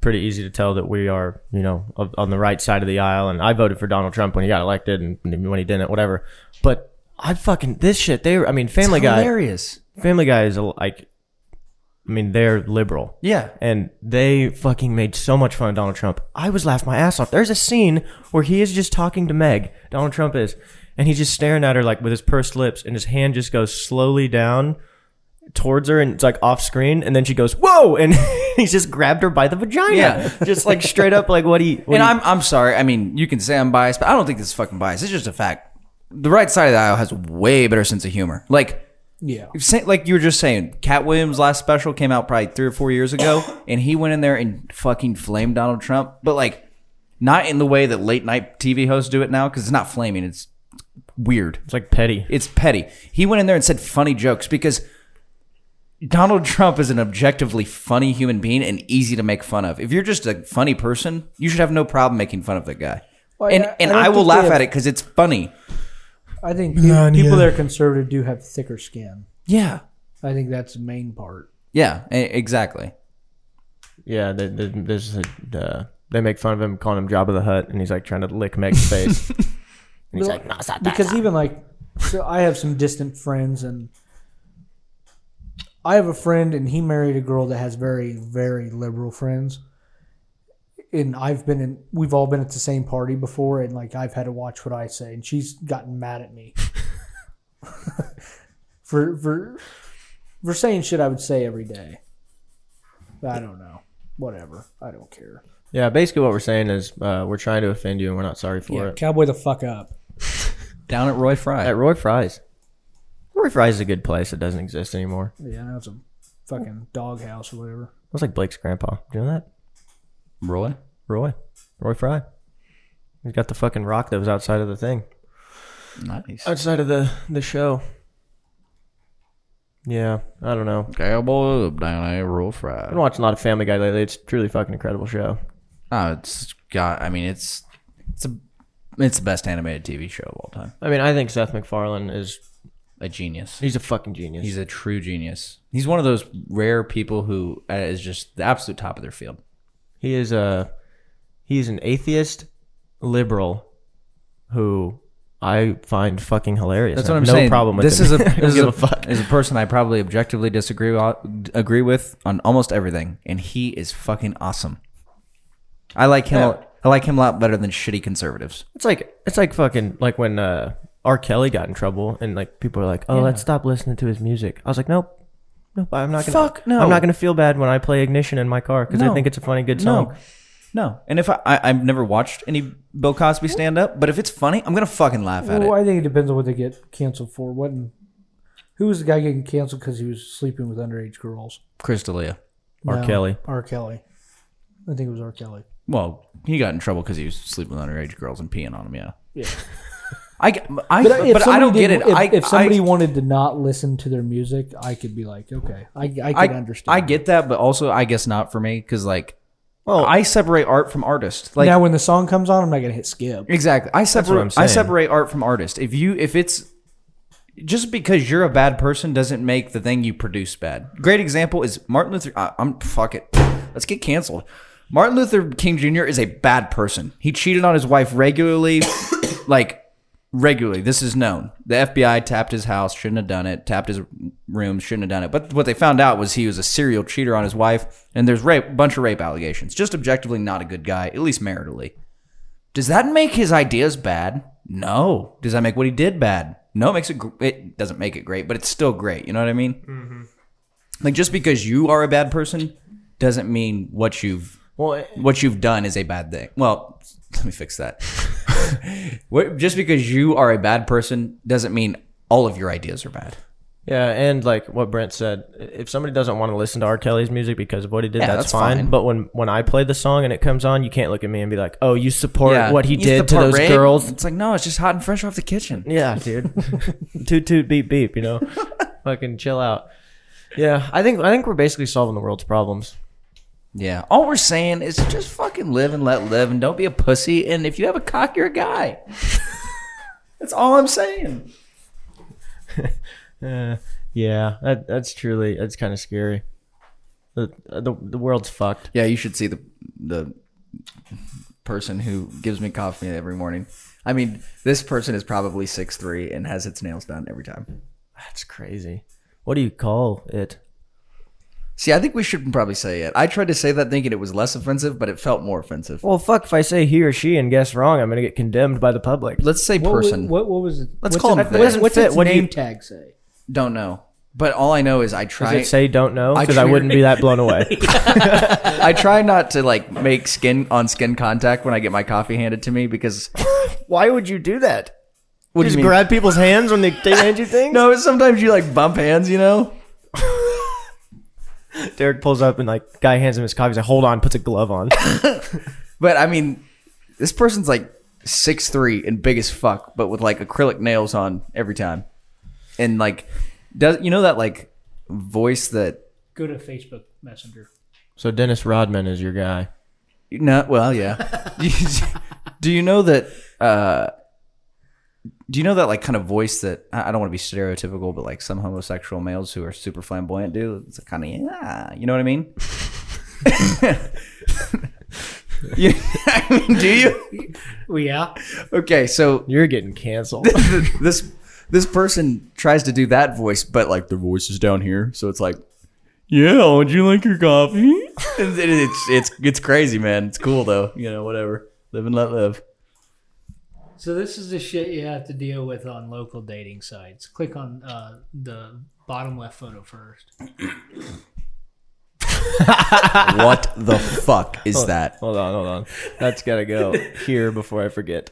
S1: pretty easy to tell that we are you know of- on the right side of the aisle, and I voted for Donald Trump when he got elected and when he didn't, whatever. But I fucking this shit. They were, I mean, Family Guy,
S3: Hilarious.
S1: Family Guy is a, like, I mean, they're liberal.
S3: Yeah.
S1: And they fucking made so much fun of Donald Trump. I was laughing my ass off. There's a scene where he is just talking to Meg. Donald Trump is. And he's just staring at her like with his pursed lips and his hand just goes slowly down towards her and it's like off screen and then she goes, Whoa and he's just grabbed her by the vagina.
S3: Yeah.
S1: Just like straight up like what he what
S3: and
S1: he-
S3: I'm I'm sorry. I mean, you can say I'm biased, but I don't think this is fucking biased. It's just a fact. The right side of the aisle has way better sense of humor. Like
S2: yeah.
S3: Sa- like you were just saying, Cat Williams' last special came out probably three or four years ago, and he went in there and fucking flamed Donald Trump, but like not in the way that late night TV hosts do it now, because it's not flaming, it's weird,
S1: it's like petty.
S3: it's petty. He went in there and said funny jokes because Donald Trump is an objectively funny human being and easy to make fun of. If you're just a funny person, you should have no problem making fun of the guy.
S2: Well,
S3: and
S2: I-
S3: and
S2: I don't
S3: I will
S2: think they
S3: laugh
S2: have-
S3: at it because it's funny.
S2: I think pe- people that are conservative do have thicker skin.
S3: Yeah.
S2: I think that's the main part.
S3: Yeah, e- exactly.
S1: Yeah, they, they, this is a, uh, they make fun of him calling him Job of the Hut and he's like trying to lick Meg's face. and he's like, nah, stop that.
S2: because even like so i have some distant friends and i have a friend and he married a girl that has very very liberal friends and i've been in we've all been at the same party before and like i've had to watch what i say and she's gotten mad at me for for for saying shit i would say every day i don't know whatever i don't care
S1: Yeah, basically what we're saying is uh, we're trying to offend you and we're not sorry for it.
S2: cowboy the fuck up
S3: Down at Roy Fry.
S1: At Roy Fry's. Roy Fry's is a good place that doesn't exist anymore. It
S2: yeah that's a fucking doghouse or whatever
S1: was like Blake's grandpa. Do you know that?
S3: Roy?
S1: Roy. Roy Fry. He's got the fucking rock that was outside of the thing.
S3: Nice.
S1: Outside of the, the show. Yeah, I don't know.
S3: Cowboy up down there, roll
S1: I've
S3: fried.
S1: been watching a lot of Family Guy lately. It's a truly fucking incredible show.
S3: Oh, it's got. I mean, it's it's a it's the best animated TV show of all time.
S1: I mean, I think Seth MacFarlane is
S3: A genius.
S1: he's a fucking genius.
S3: He's a true genius. He's one of those rare people who uh, is just the absolute top of their field.
S1: He is a he's an atheist liberal who I find fucking hilarious.
S3: That's
S1: I
S3: what I'm
S1: have no
S3: saying.
S1: problem with
S3: this
S1: him.
S3: is a
S1: I don't
S3: this is
S1: give
S3: a,
S1: a fuck.
S3: is a person I probably objectively disagree with, agree with on almost everything, and he is fucking awesome. I like him. a- I like him a lot better than shitty conservatives.
S1: It's like it's like fucking like when uh, R. Kelly got in trouble and like people were like, "Oh, let's stop listening to his music." I was like, "Nope, nope, I'm not gonna
S3: Fuck, no.
S1: I'm not gonna feel bad when I play Ignition in my car because
S3: No.
S1: I think it's a funny good song."
S3: No, no. And if I, I I've never watched any Bill Cosby stand up, but if it's funny, I'm gonna fucking laugh at
S2: Well,
S3: it.
S2: I think it depends on what they get canceled for. What in
S4: Who was the guy getting canceled because he was sleeping with underage girls?
S3: Chris D'Elia.
S1: R. Kelly.
S4: R. Kelly. I think it was R. Kelly.
S3: Well, he got in trouble because he was sleeping with underage girls and peeing on them. Yeah.
S4: Yeah.
S3: I, g- I, but,
S4: if
S3: I
S4: somebody
S3: don't get it.
S4: didn't- If,
S3: I,
S4: if somebody
S3: I,
S4: wanted to not listen to their music, I could be like, okay, I, I could
S3: I,
S4: understand.
S3: I get that, but also I guess not for me because like,
S1: Well-
S3: I separate art from artist. Like
S4: now, when the song comes on, I'm not gonna hit skip.
S3: exactly, I
S1: what I'm
S3: separate. I
S1: saying.
S3: separate art from artist. If you if it's just because you're a bad person doesn't make the thing you produce bad. Great example is Martin Luther. I, I'm fuck it. Let's get canceled. Martin Luther King Jr. is a bad person. He cheated on his wife regularly, like regularly. This is known. The FBI tapped his house, shouldn't have done it. Tapped his room, shouldn't have done it. But what they found out was he was a serial cheater on his wife, and there's rape, bunch of rape allegations. Just objectively, not a good guy, at least maritally. Does that make his ideas bad? No. Does that make what he did bad? No. It makes it. gr- It doesn't make it great, but it's still great. You know what I mean?
S1: Mm-hmm.
S3: Like just because you are a bad person doesn't mean what you've
S1: Well, eh,
S3: what you've done is a bad thing. Well, let me fix that. what, just because you are a bad person doesn't mean all of your ideas are bad.
S1: Yeah, and like what Brent said, if somebody doesn't want to listen to R. Kelly's music because of what he did,
S3: Yeah,
S1: that's,
S3: that's
S1: fine.
S3: fine.
S1: But when when I play the song and it comes on, you can't look at me and be like, "Oh, you support what he
S3: You
S1: did to
S3: support
S1: those
S3: rape?
S1: girls."
S3: It's like no, it's just hot and fresh off the kitchen.
S1: Yeah, dude. toot toot beep beep. You know, fucking chill out. Yeah, I think I think we're basically solving the world's problems.
S3: Yeah. All we're saying is just fucking live and let live, and don't be a pussy. And if you have a cock, you're a guy. that's all I'm saying.
S1: Uh, yeah, that, that's truly that's kind of scary. The, the the world's fucked.
S3: Yeah, you should see the the person who gives me coffee every morning. I mean, this person is probably six three and has its nails done every time.
S1: That's crazy. What do you call it?
S3: See, I think we should probably say it. I tried to say that thinking it was less offensive, but it felt more offensive.
S1: Well, fuck! If I say he or she and guess wrong, I'm gonna get condemned by the public.
S3: Let's say
S4: What,
S3: person.
S4: wa- what, what was it?
S3: Let's
S4: what's
S3: call
S4: it-
S3: him that.
S4: What's, what's
S1: Fit,
S4: its
S1: what do you-
S4: name tag say?
S3: Don't know. But all I know is I
S1: Does
S3: try.
S1: it say don't know?
S3: I
S1: Because I,
S3: truly-
S1: wouldn't be that blown away.
S3: I try not to like make skin on skin contact when I get my coffee handed to me because
S1: Why would you do that?
S3: what do you
S1: Just
S3: mean?
S1: grab people's hands when they, they hand you things?
S3: no, sometimes you like bump hands, you know.
S1: Derek pulls up and like guy hands him his coffee. He's like, hold on, puts a glove on.
S3: But I mean, this person's like six three and big as fuck, but with like acrylic nails on every time, and like does you know that like voice that
S2: Go to Facebook Messenger.
S1: so Dennis Rodman is your guy.
S3: No, well, yeah. do you know that? Uh, do you know that like kind of voice that I I don't want to be stereotypical, but like some homosexual males who are super flamboyant do? It's kind of yeah, you know what I mean? you, I mean, do you?
S2: Well, yeah.
S3: Okay, so
S1: You're getting canceled.
S3: this this person tries to do that voice, but like the voice is down here, so it's like, yeah, would you like your coffee? And it- it's it's it's crazy, man. It's cool though. You know, whatever. Live and let live.
S2: So this is the shit you have to deal with on local dating sites. Click on uh, the bottom left photo first.
S3: What the fuck is that?
S1: hold on, hold on. That's gotta go here before I forget.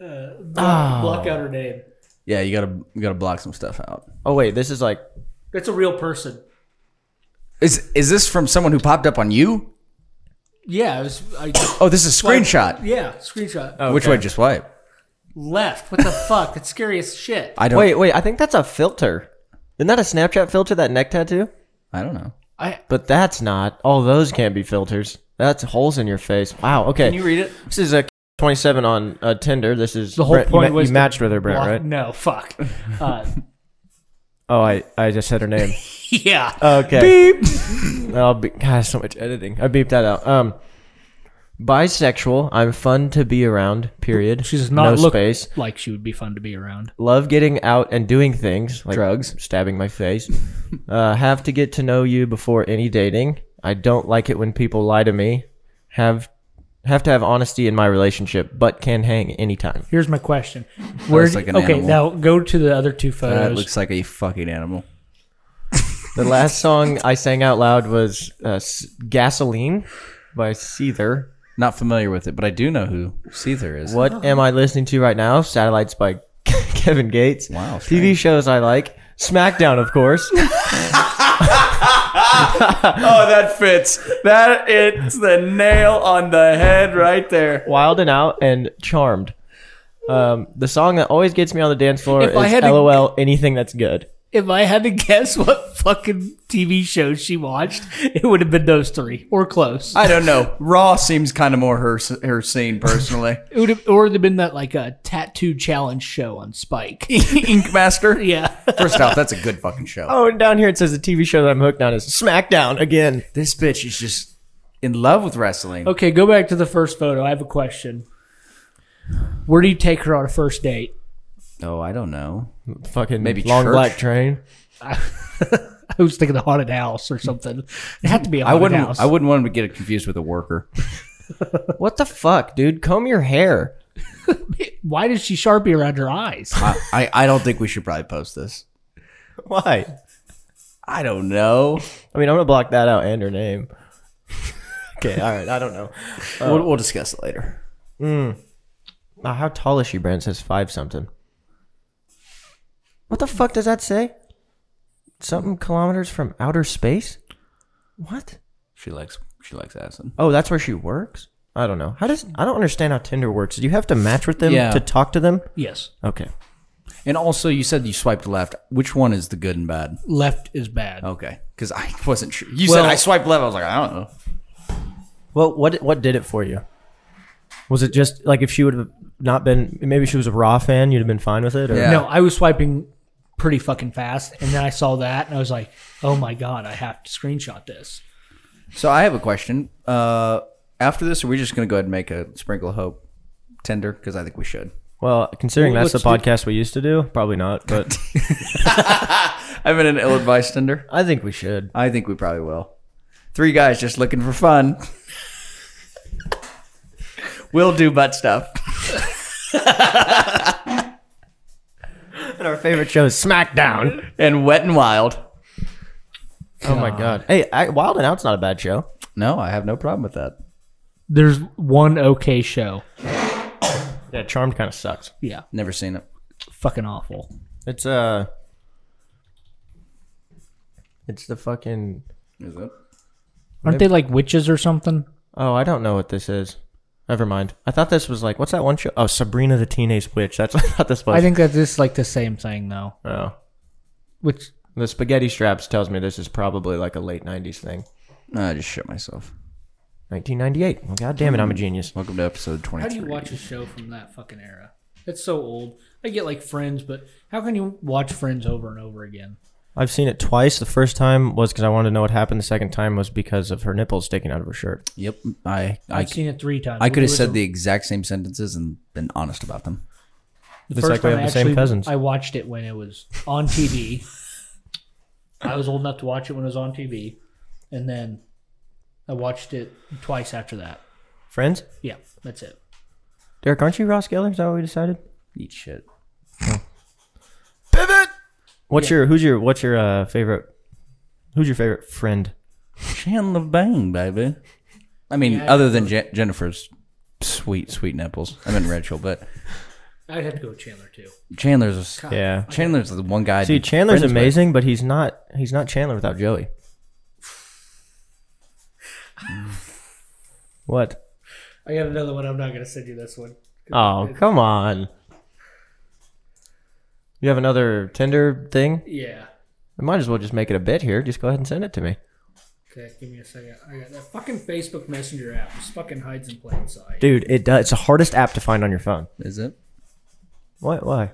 S2: Uh,
S1: Oh.
S2: Block out her name.
S3: Yeah, you gotta you gotta block some stuff out.
S1: Oh wait, this is like
S2: It's a real person.
S3: Is is this from someone who popped up on you?
S2: Yeah, it was, I,
S3: Oh, this is a screenshot.
S2: yeah, screenshot.
S3: Which way just swipe?
S2: Left. What the fuck? That's scary as shit.
S3: I don't.
S1: wait, wait. I think that's a filter. Isn't that a Snapchat filter? That neck tattoo?
S3: I don't know.
S2: I
S1: But that's not. All those can't be filters. That's holes in your face. Wow. Okay.
S3: Can you read it?
S1: this is a 27 on uh, Tinder. This is
S2: the whole
S1: Brent- you
S2: point
S1: ma-
S2: was
S1: you
S2: to
S1: matched with her, Brent,
S2: block-
S1: right?
S2: No, fuck. Uh,
S1: Oh, I I just said her name.
S2: yeah.
S1: Okay. Beep. I'll be God, so much editing. I beeped that out. Um bisexual, I'm fun to be around, period.
S2: She does not
S1: no
S2: look
S1: space.
S2: like she would be fun to be around.
S1: Love getting out and doing things like
S3: Drugs.
S1: stabbing my face. uh, have to get to know you before any dating. I don't like it when people lie to me. Have have to have honesty in my relationship, but can hang anytime.
S2: Here's my question. Where?
S3: looks
S2: do-
S3: like an
S2: okay,
S3: animal.
S2: now go to the other two
S3: That
S2: photos.
S3: looks like a fucking animal.
S1: The last song I sang out loud was uh, S- "Gasoline" by Seether.
S3: Not familiar with it, but I do know who Seether is.
S1: What am I listening to right now? Satellites by Kevin Gates.
S3: Wow,
S1: TV shows I like. SmackDown, of course.
S3: Oh, that fits. That it's the nail on the head right there.
S1: Wild and Out and Charmed. Um, the song that always gets me on the dance floor
S3: If I
S1: is
S3: had to-
S1: LOL, anything that's good.
S2: If I had to guess what fucking TV shows she watched, it would have been those three or close.
S3: I don't know. Raw seems kind of more her her scene personally.
S2: It would have, or it'd have been that like a tattoo challenge show on Spike.
S3: Ink Master.
S2: yeah,
S3: First off, that's a good fucking show.
S1: Oh, and down here it says the TV show that I'm hooked on is SmackDown again.
S3: This bitch is just in love with wrestling.
S2: Okay, go back to the first photo. I have a question. Where do you take her on a first date?
S3: Oh, I don't know.
S1: Fucking
S3: Maybe
S1: long
S3: church.
S1: black train.
S2: I was thinking a haunted house or something. It had to be a
S3: I
S2: haunted
S3: wouldn't.
S2: house.
S3: I wouldn't want to get it confused with a worker.
S1: What the fuck, dude? Comb your hair.
S2: Why does she sharpie around her eyes?
S3: I, I, I don't think we should probably post this.
S1: Why?
S3: I don't know.
S1: I mean, I'm gonna block that out and her name. okay, all right. I don't know.
S3: we'll, we'll discuss it later.
S1: Uh, how tall is she? Brand says five something. What the fuck does that say? Something kilometers from outer space? What?
S3: She likes. She likes acid.
S1: Oh, that's where she works? I don't know. How does I don't understand how Tinder works. Do you have to match with them
S3: Yeah.
S1: to talk to them?
S2: yes,
S1: Okay.
S3: And also, you said you swiped left. Which one is the good and bad?
S2: left is bad.
S3: Okay, because I wasn't sure. You
S2: Well-
S3: said I swiped left. I was like, I don't know.
S1: Well, what what did it for you? Was it just like if she would have not been maybe she was a raw fan, you'd have been fine with it? Or?
S3: Yeah.
S2: No, I was swiping pretty fucking fast, and then I saw that, and I was like, "Oh my god, I have to screenshot this."
S3: So I have a question. Uh, after this, are we just going to go ahead and make a sprinkle of hope tender? Because I think we should.
S1: Well, considering
S2: Well,
S1: that's the
S2: let's
S1: podcast we used to do, probably not. But
S3: I've been an ill-advised tender.
S1: I think we should.
S3: I think we probably will. Three guys just looking for fun. we'll do butt stuff.
S1: And our favorite show is SmackDown.
S3: and Wet and Wild.
S1: Oh my god. Hey, I, Wild and Out's not a bad show.
S3: No, I have no problem with that.
S2: There's one okay show.
S1: Yeah, Charmed kind of sucks.
S2: Yeah,
S3: Never seen it.
S2: fucking awful.
S1: It's uh It's the fucking
S3: Is it?
S2: Aren't they like witches or something?
S1: Oh, I don't know what this is. Never mind. I thought this was like what's that one show? Oh, Sabrina the Teenage Witch. That's what I thought this was.
S2: I think that this is like the same thing though.
S1: oh.
S2: Which
S1: The spaghetti straps tells me this is probably like a late nineties thing.
S3: No, I just shit myself.
S1: Nineteen ninety eight. Well god damn it, I'm a genius.
S3: Welcome to episode twenty.
S2: how do you watch a show from that fucking era? It's so old. I get like Friends, but how can you watch Friends over and over again?
S1: I've seen it twice. The first time was because I wanted to know what happened. The second time was because of her nipples sticking out of her shirt.
S3: Yep. I I,
S2: I've seen it three times.
S3: I could
S2: It
S3: have
S2: was
S3: said the exact same sentences and been honest about them.
S1: It's like we
S2: time
S1: have the same
S2: actually-
S1: cousins.
S2: I watched it when it was on TV. I was old enough to watch it when it was on TV, and then I watched it twice after that.
S1: Friends?
S2: Yeah, that's it.
S1: Derek, aren't you Ross Geller? Is that what we decided?
S3: Eat shit.
S1: What's your who's your what's your uh, favorite who's your favorite friend?
S3: Chandler Bang, baby. I mean, other than Je- Jennifer's sweet, sweet nipples. I mean Rachel, but
S2: I'd have to go with Chandler too.
S3: Chandler's
S1: Yeah.
S3: Chandler's the one guy. I'd
S1: See,
S3: be
S1: Chandler's
S3: friends with.
S1: amazing, but he's not he's not Chandler without Joey. what?
S2: I got another one. I'm not gonna send you this one.
S1: Oh, come on. You have another Tinder thing?
S2: Yeah.
S1: I might as well just make it a bit here. Just go ahead and send it to me.
S2: Okay, give me a second. I got that fucking Facebook Messenger app. Just fucking hides in plain sight.
S1: Dude, it does. It's the hardest app to find on your phone.
S3: Is it?
S1: Why why?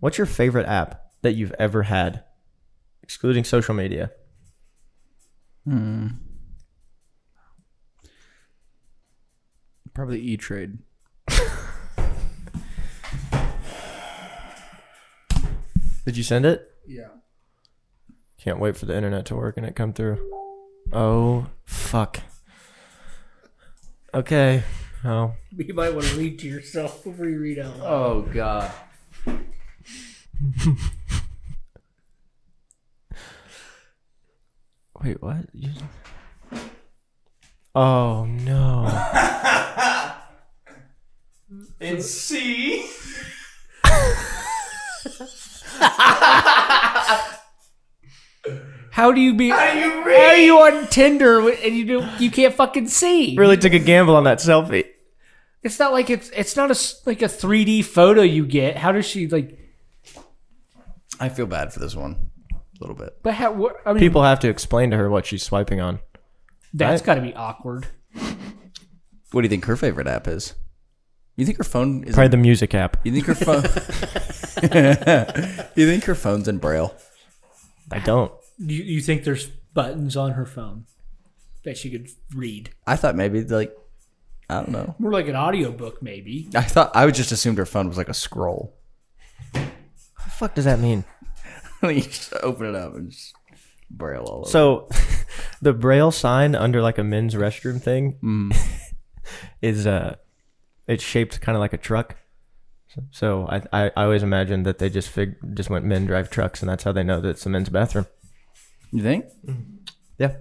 S1: What's your favorite app that you've ever had? Excluding social media.
S3: Probably E Trade.
S1: Did you send it?
S2: Yeah.
S1: Can't wait for the internet to work and it come through. Oh fuck. Okay. Oh.
S2: You might want to read to yourself before you read out. loud.
S3: Oh God.
S1: Wait, what? You- Oh no.
S3: And C. How do you be? How do you read? How are you on Tinder and you do you can't fucking see?
S1: Really took a gamble on that selfie.
S3: It's not like it's it's not a s- like a 3D photo you get. How does she like? I feel bad for this one a little bit.
S2: But how, what, I mean,
S1: People have to explain to her what she's swiping on.
S2: that's
S1: I-
S2: got to be awkward.
S3: What do you think her favorite app is? You think her phone is?
S1: Probably the music app.
S3: you think her phone? you think her phone's in braille?
S1: I don't.
S2: You, you think there's buttons on her phone that she could read?
S3: I thought maybe like I don't know.
S2: More like an audiobook, maybe.
S3: I thought I would just assumed her phone was like a scroll.
S1: What the fuck does that mean?
S3: you just open it up and just braille all over.
S1: So, the braille sign under like a men's restroom thing Mm. is uh, it's shaped kind of like a truck. So I, I, I always imagined that they just fig- just went men drive trucks and that's how they know that it's a men's bathroom.
S3: you think?
S1: Yeah,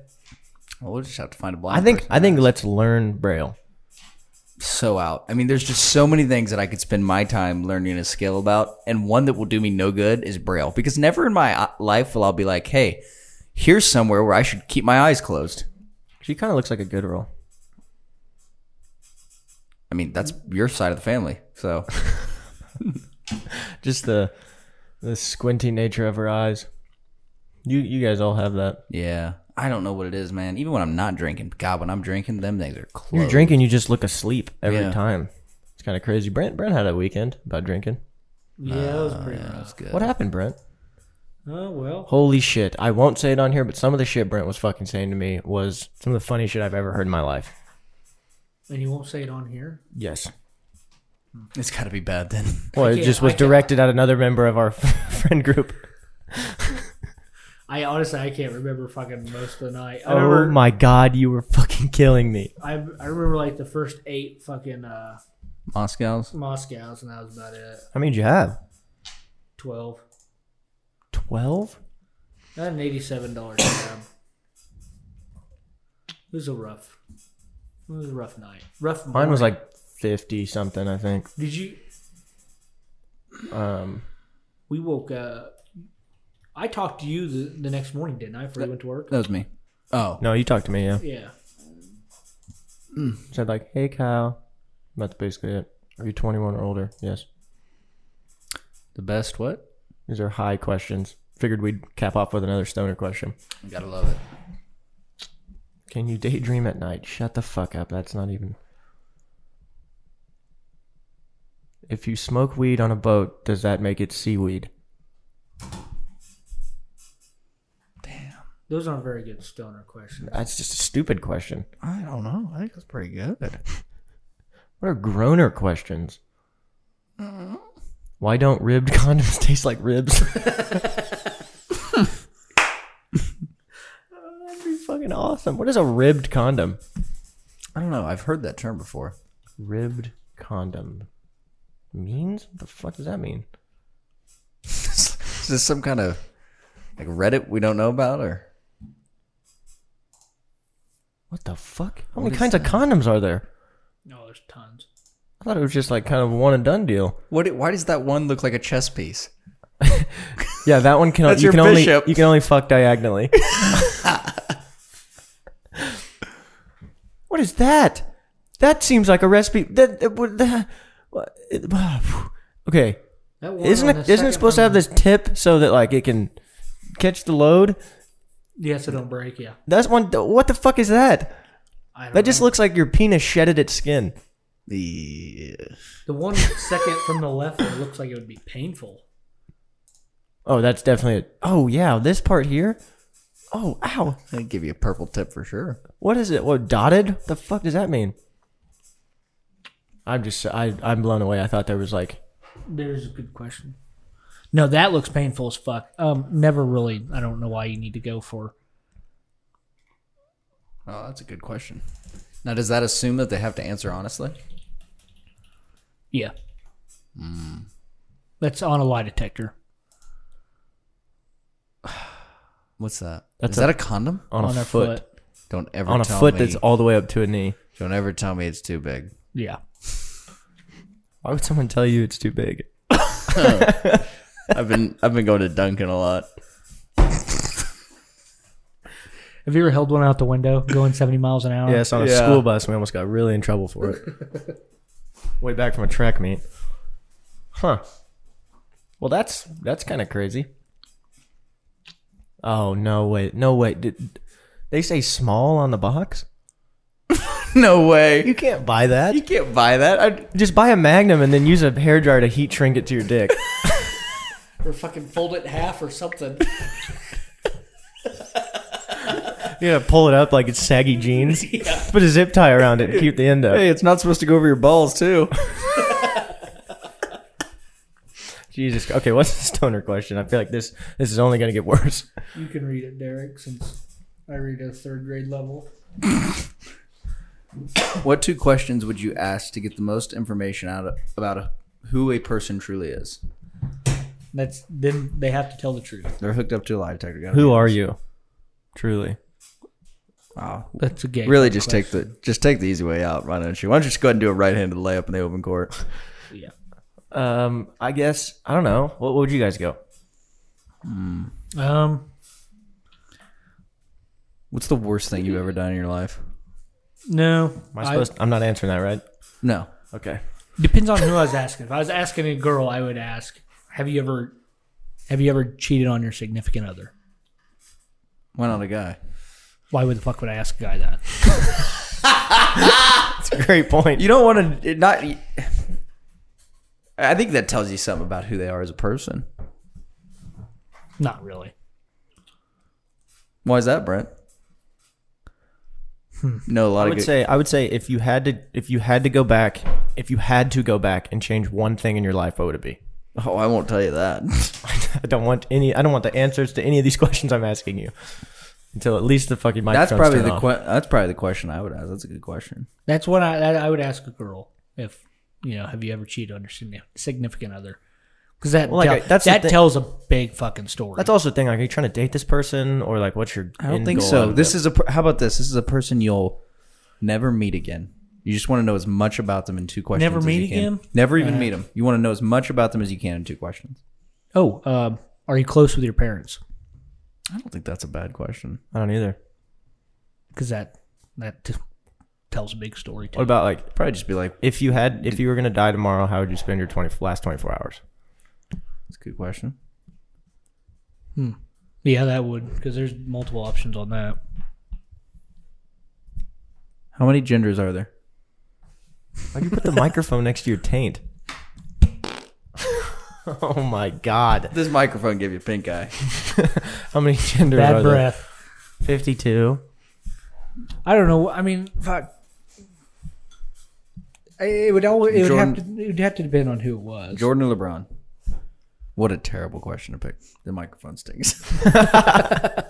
S3: Well, we'll just have to find a blind.
S1: I think
S3: person.
S1: I think let's learn braille.
S3: so out. I mean, there's just so many things that I could spend my time learning a skill about, and one that will do me no good is braille because never in my uh, life will I be like, hey, here's somewhere where I should keep my eyes closed.
S1: She kind of looks like a good girl.
S3: I mean, that's your side of the family, so
S1: Just the the squinty nature of her eyes. You you guys all have that.
S3: yeah. I don't know what it is, man. Even when I'm not drinking, God, when I'm drinking, them things are closed.
S1: You're drinking, you just look asleep every
S3: Yeah.
S1: time. It's kind of crazy. Brent Brent had a weekend about drinking.
S2: Yeah, that was pretty
S3: Yeah, that's good.
S1: What happened, Brent?
S2: Uh, Oh, well.
S1: Holy shit. I won't say it on here, but some of the shit Brent was fucking saying to me was some of the funniest shit I've ever heard in my life.
S2: And you won't say it on here?
S1: Yes.
S3: It's got to be bad then.
S1: Well, it
S2: can't-
S1: just
S2: I
S1: was
S2: can't-
S1: directed at another member of our friend group.
S2: I honestly, I can't remember fucking most of the night. I
S1: Oh
S2: remember,
S1: my god, you were fucking killing me.
S2: I, I remember like the first eight fucking uh,
S3: Moscow's.
S2: Moscow's, and that was about it.
S1: How many did you have?
S2: 12.
S1: 12?
S2: Not an eighty-seven dollar tab. It was a rough. It was a rough night. Rough.
S1: Mine was
S2: morning.
S1: like 50 something, I think.
S2: Did you?
S1: Um,
S2: We woke up. I talked to you the, the next morning, didn't I? Before you went to work.
S3: That was me. Oh,
S1: no, you talked to me, yeah.
S2: Yeah.
S1: Said like, "Hey Kyle." That's basically it. Are you 21 or older? Yes.
S3: the best what?
S1: These are high questions. Figured we'd cap off with another stoner question.
S3: You gotta love it.
S1: Can you daydream at night? Shut the fuck up. That's not even. If you smoke weed on a boat, does that make it seaweed?
S2: Those aren't very good stoner questions.
S1: That's just a stupid question.
S3: I don't know. I think that's pretty good.
S1: What are groaner questions? Why don't ribbed condoms taste like ribs? That'd be fucking awesome. What is a ribbed condom?
S3: I don't know. I've heard that term before.
S1: Ribbed condom means? What the fuck does that mean?
S3: Is this some kind of like Reddit we don't know about, or
S1: What the fuck? How many kinds of condoms are there?
S2: No, there's tons.
S1: I thought it was just like kind of a one and done deal.
S3: what? Why does that one look like a chess piece?
S1: Yeah, that one can
S3: That's
S1: you
S3: your
S1: can
S3: bishop.
S1: only you can only fuck diagonally. what is that? That seems like a recipe. That, that, would- that- what- it- okay,
S2: That one
S1: isn't
S2: on
S1: it
S2: the
S1: isn't it
S2: second
S1: supposed to
S2: one-
S1: have this tip so that like it can catch the load?
S2: Yeah, so don't break. Yeah.
S1: That's one. What the fuck is that?
S2: I don't
S1: That just
S2: know.
S1: looks like your penis shedded its skin.
S3: The uh,
S2: the one second from the left one looks like it would be painful.
S1: Oh, that's definitely it. Oh yeah, this part here. Oh ow.
S3: I'd give you a purple tip for sure.
S1: What is it? What dotted? The fuck does that mean? I'm just I I'm blown away. I thought there was like
S2: There's a good question. No, that looks painful as fuck. Um, never really. I don't know why you need to go for.
S3: Oh, that's a good question. Now, does that assume that they have to answer honestly?
S2: Yeah.
S1: Hmm.
S2: That's on a lie detector.
S3: What's that? Is
S1: That's
S3: that a condom?
S1: on,
S2: on
S1: a
S2: our
S1: foot,
S2: foot.
S3: Don't ever
S1: on a
S3: tell
S1: foot
S3: me.
S1: that's all the way up to a knee.
S3: don't ever tell me it's too big.
S2: Yeah.
S1: Why would someone tell you it's too big?
S3: I've been I've been going to Dunkin' a lot.
S2: Have you ever held one out the window going 70 miles an hour?
S1: Yeah, it's on a
S5: Yeah.
S1: school bus. We almost got really in trouble for it. Way back from a track meet. Huh. Well, that's that's kind of crazy. Oh no! Wait, no wait. Did they say small on the box?
S3: no way.
S1: You can't buy that.
S3: You can't buy that. I
S1: Just buy a Magnum and then use a hair dryer to heat shrink it to your dick.
S2: Or fucking fold it in half or something.
S1: you gotta pull it up like it's saggy jeans. Put a zip tie around it and keep the end up.
S3: hey, it's not supposed to go over your balls too.
S1: Jesus. Okay, what's the stoner question? I feel like this this is only gonna get worse.
S2: You can read it, Derek, since I read at a third grade level.
S3: What two questions would you ask to get the most information out of, about a, who a person truly is?
S2: That's then they have to tell the truth.
S3: They're hooked up to a lie detector. gotta
S1: Who
S3: be
S1: are
S3: honest.
S1: you? Truly.
S3: Wow.
S2: That's a game.
S3: Really, just take the just take the easy way out, why don't you? Why don't you just go ahead and do a right-handed layup in the open court?
S1: Um, I guess I don't know. What, what would you guys go?
S2: Um,
S3: What's the worst thing you've ever done in your life?
S2: no.
S1: Am I supposed? I, am not answering that, right?
S3: No.
S1: Okay.
S2: Depends on who I was asking. If I was asking a girl, I would ask, "Have you ever, have you ever cheated on your significant other?"
S3: Why not a guy?
S2: Why would the fuck would I ask a guy that?
S1: That's a great point.
S3: You don't want to not. I think that tells you something about who they are as a person.
S2: Not really.
S3: Why is that, Brent? No, a lot
S1: I
S3: of
S1: would
S3: good-
S1: say I would say if you had to if you had to go back if you had to go back and change one thing in your life, what would it be?
S3: Oh, I won't tell you that.
S1: I don't want any. I don't want the answers to any of these questions I'm asking you until at least the fucking microphone's
S3: That's probably
S1: turned
S3: the
S1: off.
S3: que- that's probably the question I would ask. That's a good question.
S2: That's what I that I would ask a girl if you know, have you ever cheated on your signi- significant other? Because that
S1: Well, like,
S2: tell-
S1: I- that's the
S2: that
S1: thing-
S2: tells a big fucking story.
S1: That's also the thing. Like, are you trying to date this person or like what's your?
S3: I don't think so. This is a per- how about this? This is a person you'll never meet again. You just want to know as much about them in two questions.
S2: Never
S3: as
S2: meet
S3: you can.
S2: again?
S3: Never even meet them. You want to know as much about them as you can in two questions.
S2: oh, um, are you close with your parents?
S3: I don't think that's a bad question.
S1: I don't either.
S2: Because that that t- tells a big story. Too.
S1: What about like
S3: Probably just be like,
S1: if you had if you were gonna die tomorrow, how would you spend your twenty last twenty four hours?
S3: "That's a good question."
S2: Yeah, that would because there's multiple options on that.
S3: How many genders are there?
S1: Why'd you put the microphone next to your taint? oh my god.
S3: This microphone gave you pink eye.
S1: How many genders
S2: Bad
S1: are
S2: breath.
S1: there? 52.
S2: I don't know. I mean, fuck. I- It would always it would have
S3: Jordan-
S2: to it would have to depend on who it was.
S3: Jordan or LeBron? What a terrible question to pick. The microphone stinks.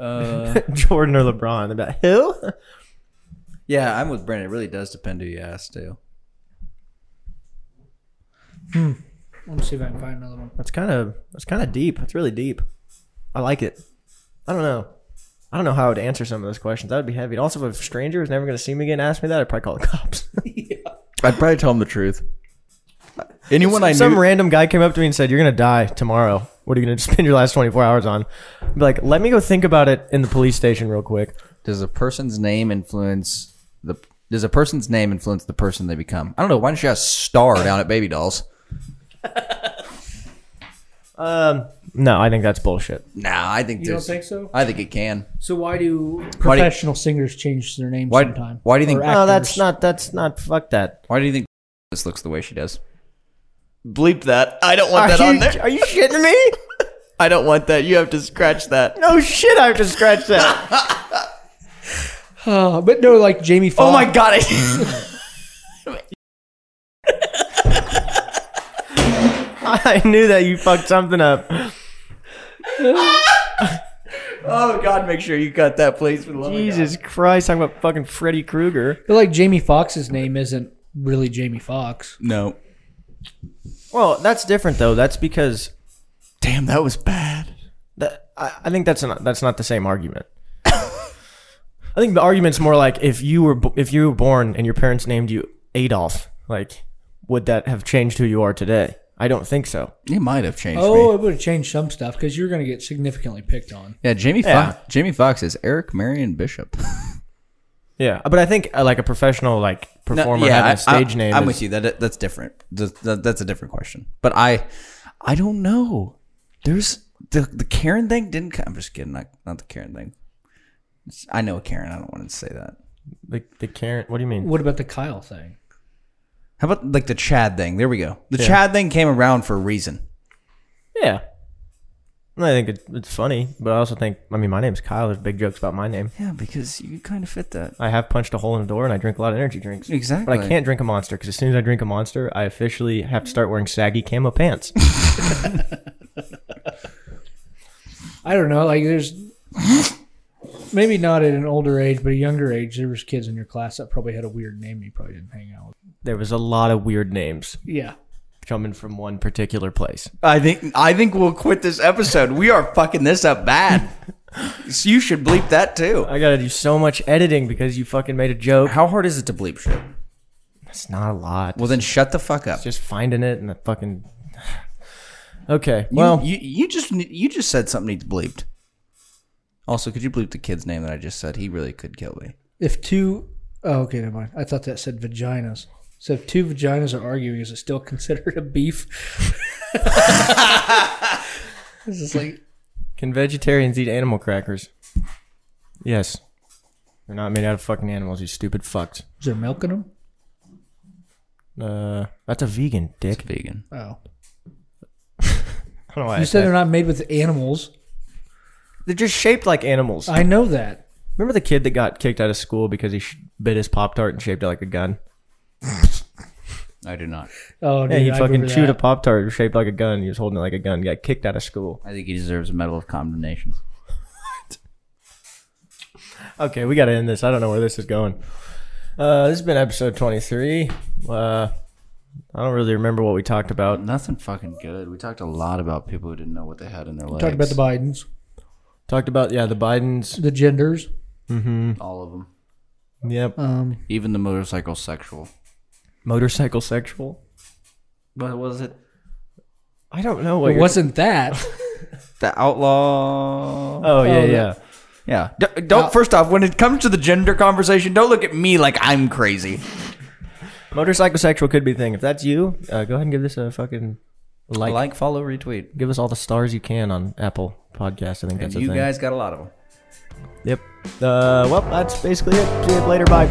S3: Uh.
S1: Jordan or LeBron. They're About who?
S3: yeah, I'm with Brent. It really does depend who you ask too.
S2: Let me see if I can find another one.
S1: That's kind of that's kind of deep. That's really deep. I like it. I don't know. I don't know how I would answer some of those questions. That would be heavy. And also, if a stranger was never going to see me again, asked me that, I'd probably call the cops.
S3: I'd probably tell him the truth. Anyone I
S1: some
S3: knew,
S1: random guy came up to me and said, "You're gonna die tomorrow. What are you gonna spend your last 24 hours on?" I'd be like, "Let me go think about it in the police station real quick."
S3: does a person's name influence the? Does a person's name influence the person they become? I don't know. Why don't you ask Star down at Baby Dolls?
S1: Um, no, I think that's bullshit.
S3: Nah, I think.
S2: You don't
S3: there's-
S2: think so?
S3: I think it can.
S2: So why do
S3: Uh, Why do you-
S2: professional singers change their names
S3: Why-
S2: sometime?
S3: why do you think-
S2: Or
S1: No, Oh, that's
S2: actors?
S1: not. That's not. Fuck that.
S3: Why do you think this looks the way she does? Bleep that! I don't want
S1: are, you, are you shitting me?
S3: I don't want that. You have to scratch that.
S1: No shit. I have to scratch that.
S2: Uh, but no, like Jamie Foxx.
S3: Oh my god! I-
S1: I knew that you fucked something up.
S3: oh god! Make sure you cut that, please. For the love of God.
S1: Jesus Christ! Talking about fucking Freddy Krueger.
S2: But like Jamie Foxx's name isn't really Jamie Foxx.
S3: No.
S1: Well, that's different though. That's because
S3: Damn, that was bad.
S1: That, I, I think that's not that's not the same argument. I think the argument's more like if you were bo- if you were born and your parents named you Adolf, like would that have changed who you are today? I don't think so.
S3: It might have changed
S2: Oh,
S3: me.
S2: it would have changed some stuff because you're going to get significantly picked on.
S3: Yeah, Jamie
S1: Yeah.
S3: Fox. Jamie Fox is Eric Marion Bishop.
S1: Yeah, but I think uh, like a professional like performer having a stage
S3: I,
S1: name.
S3: I'm
S1: is-
S3: with you. That that's different. That, that- that's a different question. But I, I don't know. There's the the Karen thing didn't. co- I'm just kidding. Not not the Karen thing. It's- I know a Karen. I don't want to say that.
S1: the, the Karen. What do you mean?
S2: What about the Kyle thing?
S3: How about like the Chad thing? There we go. The Chad thing came around for a reason.
S1: Yeah, I think it, it's funny, but I also think I mean my name's Kyle. There's big jokes about my name.
S3: Yeah, because you kind of fit that.
S1: I have punched a hole in the door, and I drink a lot of energy drinks.
S3: Exactly.
S1: But I can't drink a monster because as soon as I drink a monster, I officially have to start wearing saggy camo pants.
S2: I don't know. Like, there's
S4: Maybe not at an older age, but a younger age, there was kids in your class that probably had a weird name you probably didn't hang out with.
S1: there was a lot of weird names
S4: Yeah.
S1: coming from one particular place.
S3: I think I think we'll quit this episode. We are fucking this up bad. so you should bleep that too.
S1: I gotta do so much editing because you fucking made a joke.
S3: How hard is it to bleep shit?
S1: It's not a lot.
S3: Well, then shut the fuck up.
S1: just finding it and the fucking. Okay.
S3: You-
S1: well,
S3: you, you just you just said something needs bleeped. Also, could you bleep the kid's name that I just said? He really could kill me.
S4: If two oh okay, never mind. I thought that said vaginas. So if two vaginas are arguing, is it still considered a beef? this is like
S1: can vegetarians eat animal crackers? Yes. They're not made out of fucking animals. You stupid fucks.
S4: is there milk in them?
S1: Uh, that's a vegan dick.
S3: Vegan.
S4: Oh.
S1: I don't know why I
S4: You said they're not made with animals.
S1: They're just shaped like animals.
S2: Uh,
S4: I know that.
S1: Remember the kid that got kicked out of school because he sh- bit his pop tart and shaped it like a gun?
S3: I do not.
S4: Oh, dude,
S1: Yeah, he
S4: I
S1: fucking
S4: remember
S1: chewed a
S4: that.
S1: pop tart shaped like a gun. He was holding it like a gun. Got kicked out of school.
S3: I think he deserves a medal of condemnation.
S1: Okay, we gotta end this. I don't know where this is going. Uh, this has been episode twenty-three. Uh, I don't really remember what we talked about.
S3: Nothing fucking good. We talked a lot about people who didn't know what they had in their lives.
S4: Talked about the Bidens,
S1: Talked about yeah the Bidens.
S4: the genders.
S3: all of them,
S1: Yep.
S4: Um,
S3: even the motorcycle sexual.
S1: Motorcycle sexual.
S3: What was it?
S1: I don't know what.
S4: it
S1: you're-
S4: wasn't that.
S3: The outlaw.
S1: Oh yeah yeah.
S3: Yeah. D- don't. first off, when it comes to the gender conversation, don't look at me like I'm crazy.
S1: Motorcycle sexual could be a thing. If that's you, uh, go ahead and give this a fucking like.
S3: Like, follow, retweet.
S1: Give us all the stars you can on Apple Podcast. I think that's a
S3: you
S1: thing.
S3: guys got a lot of them.
S1: Yep. Uh, well, that's basically it. See you later. Bye.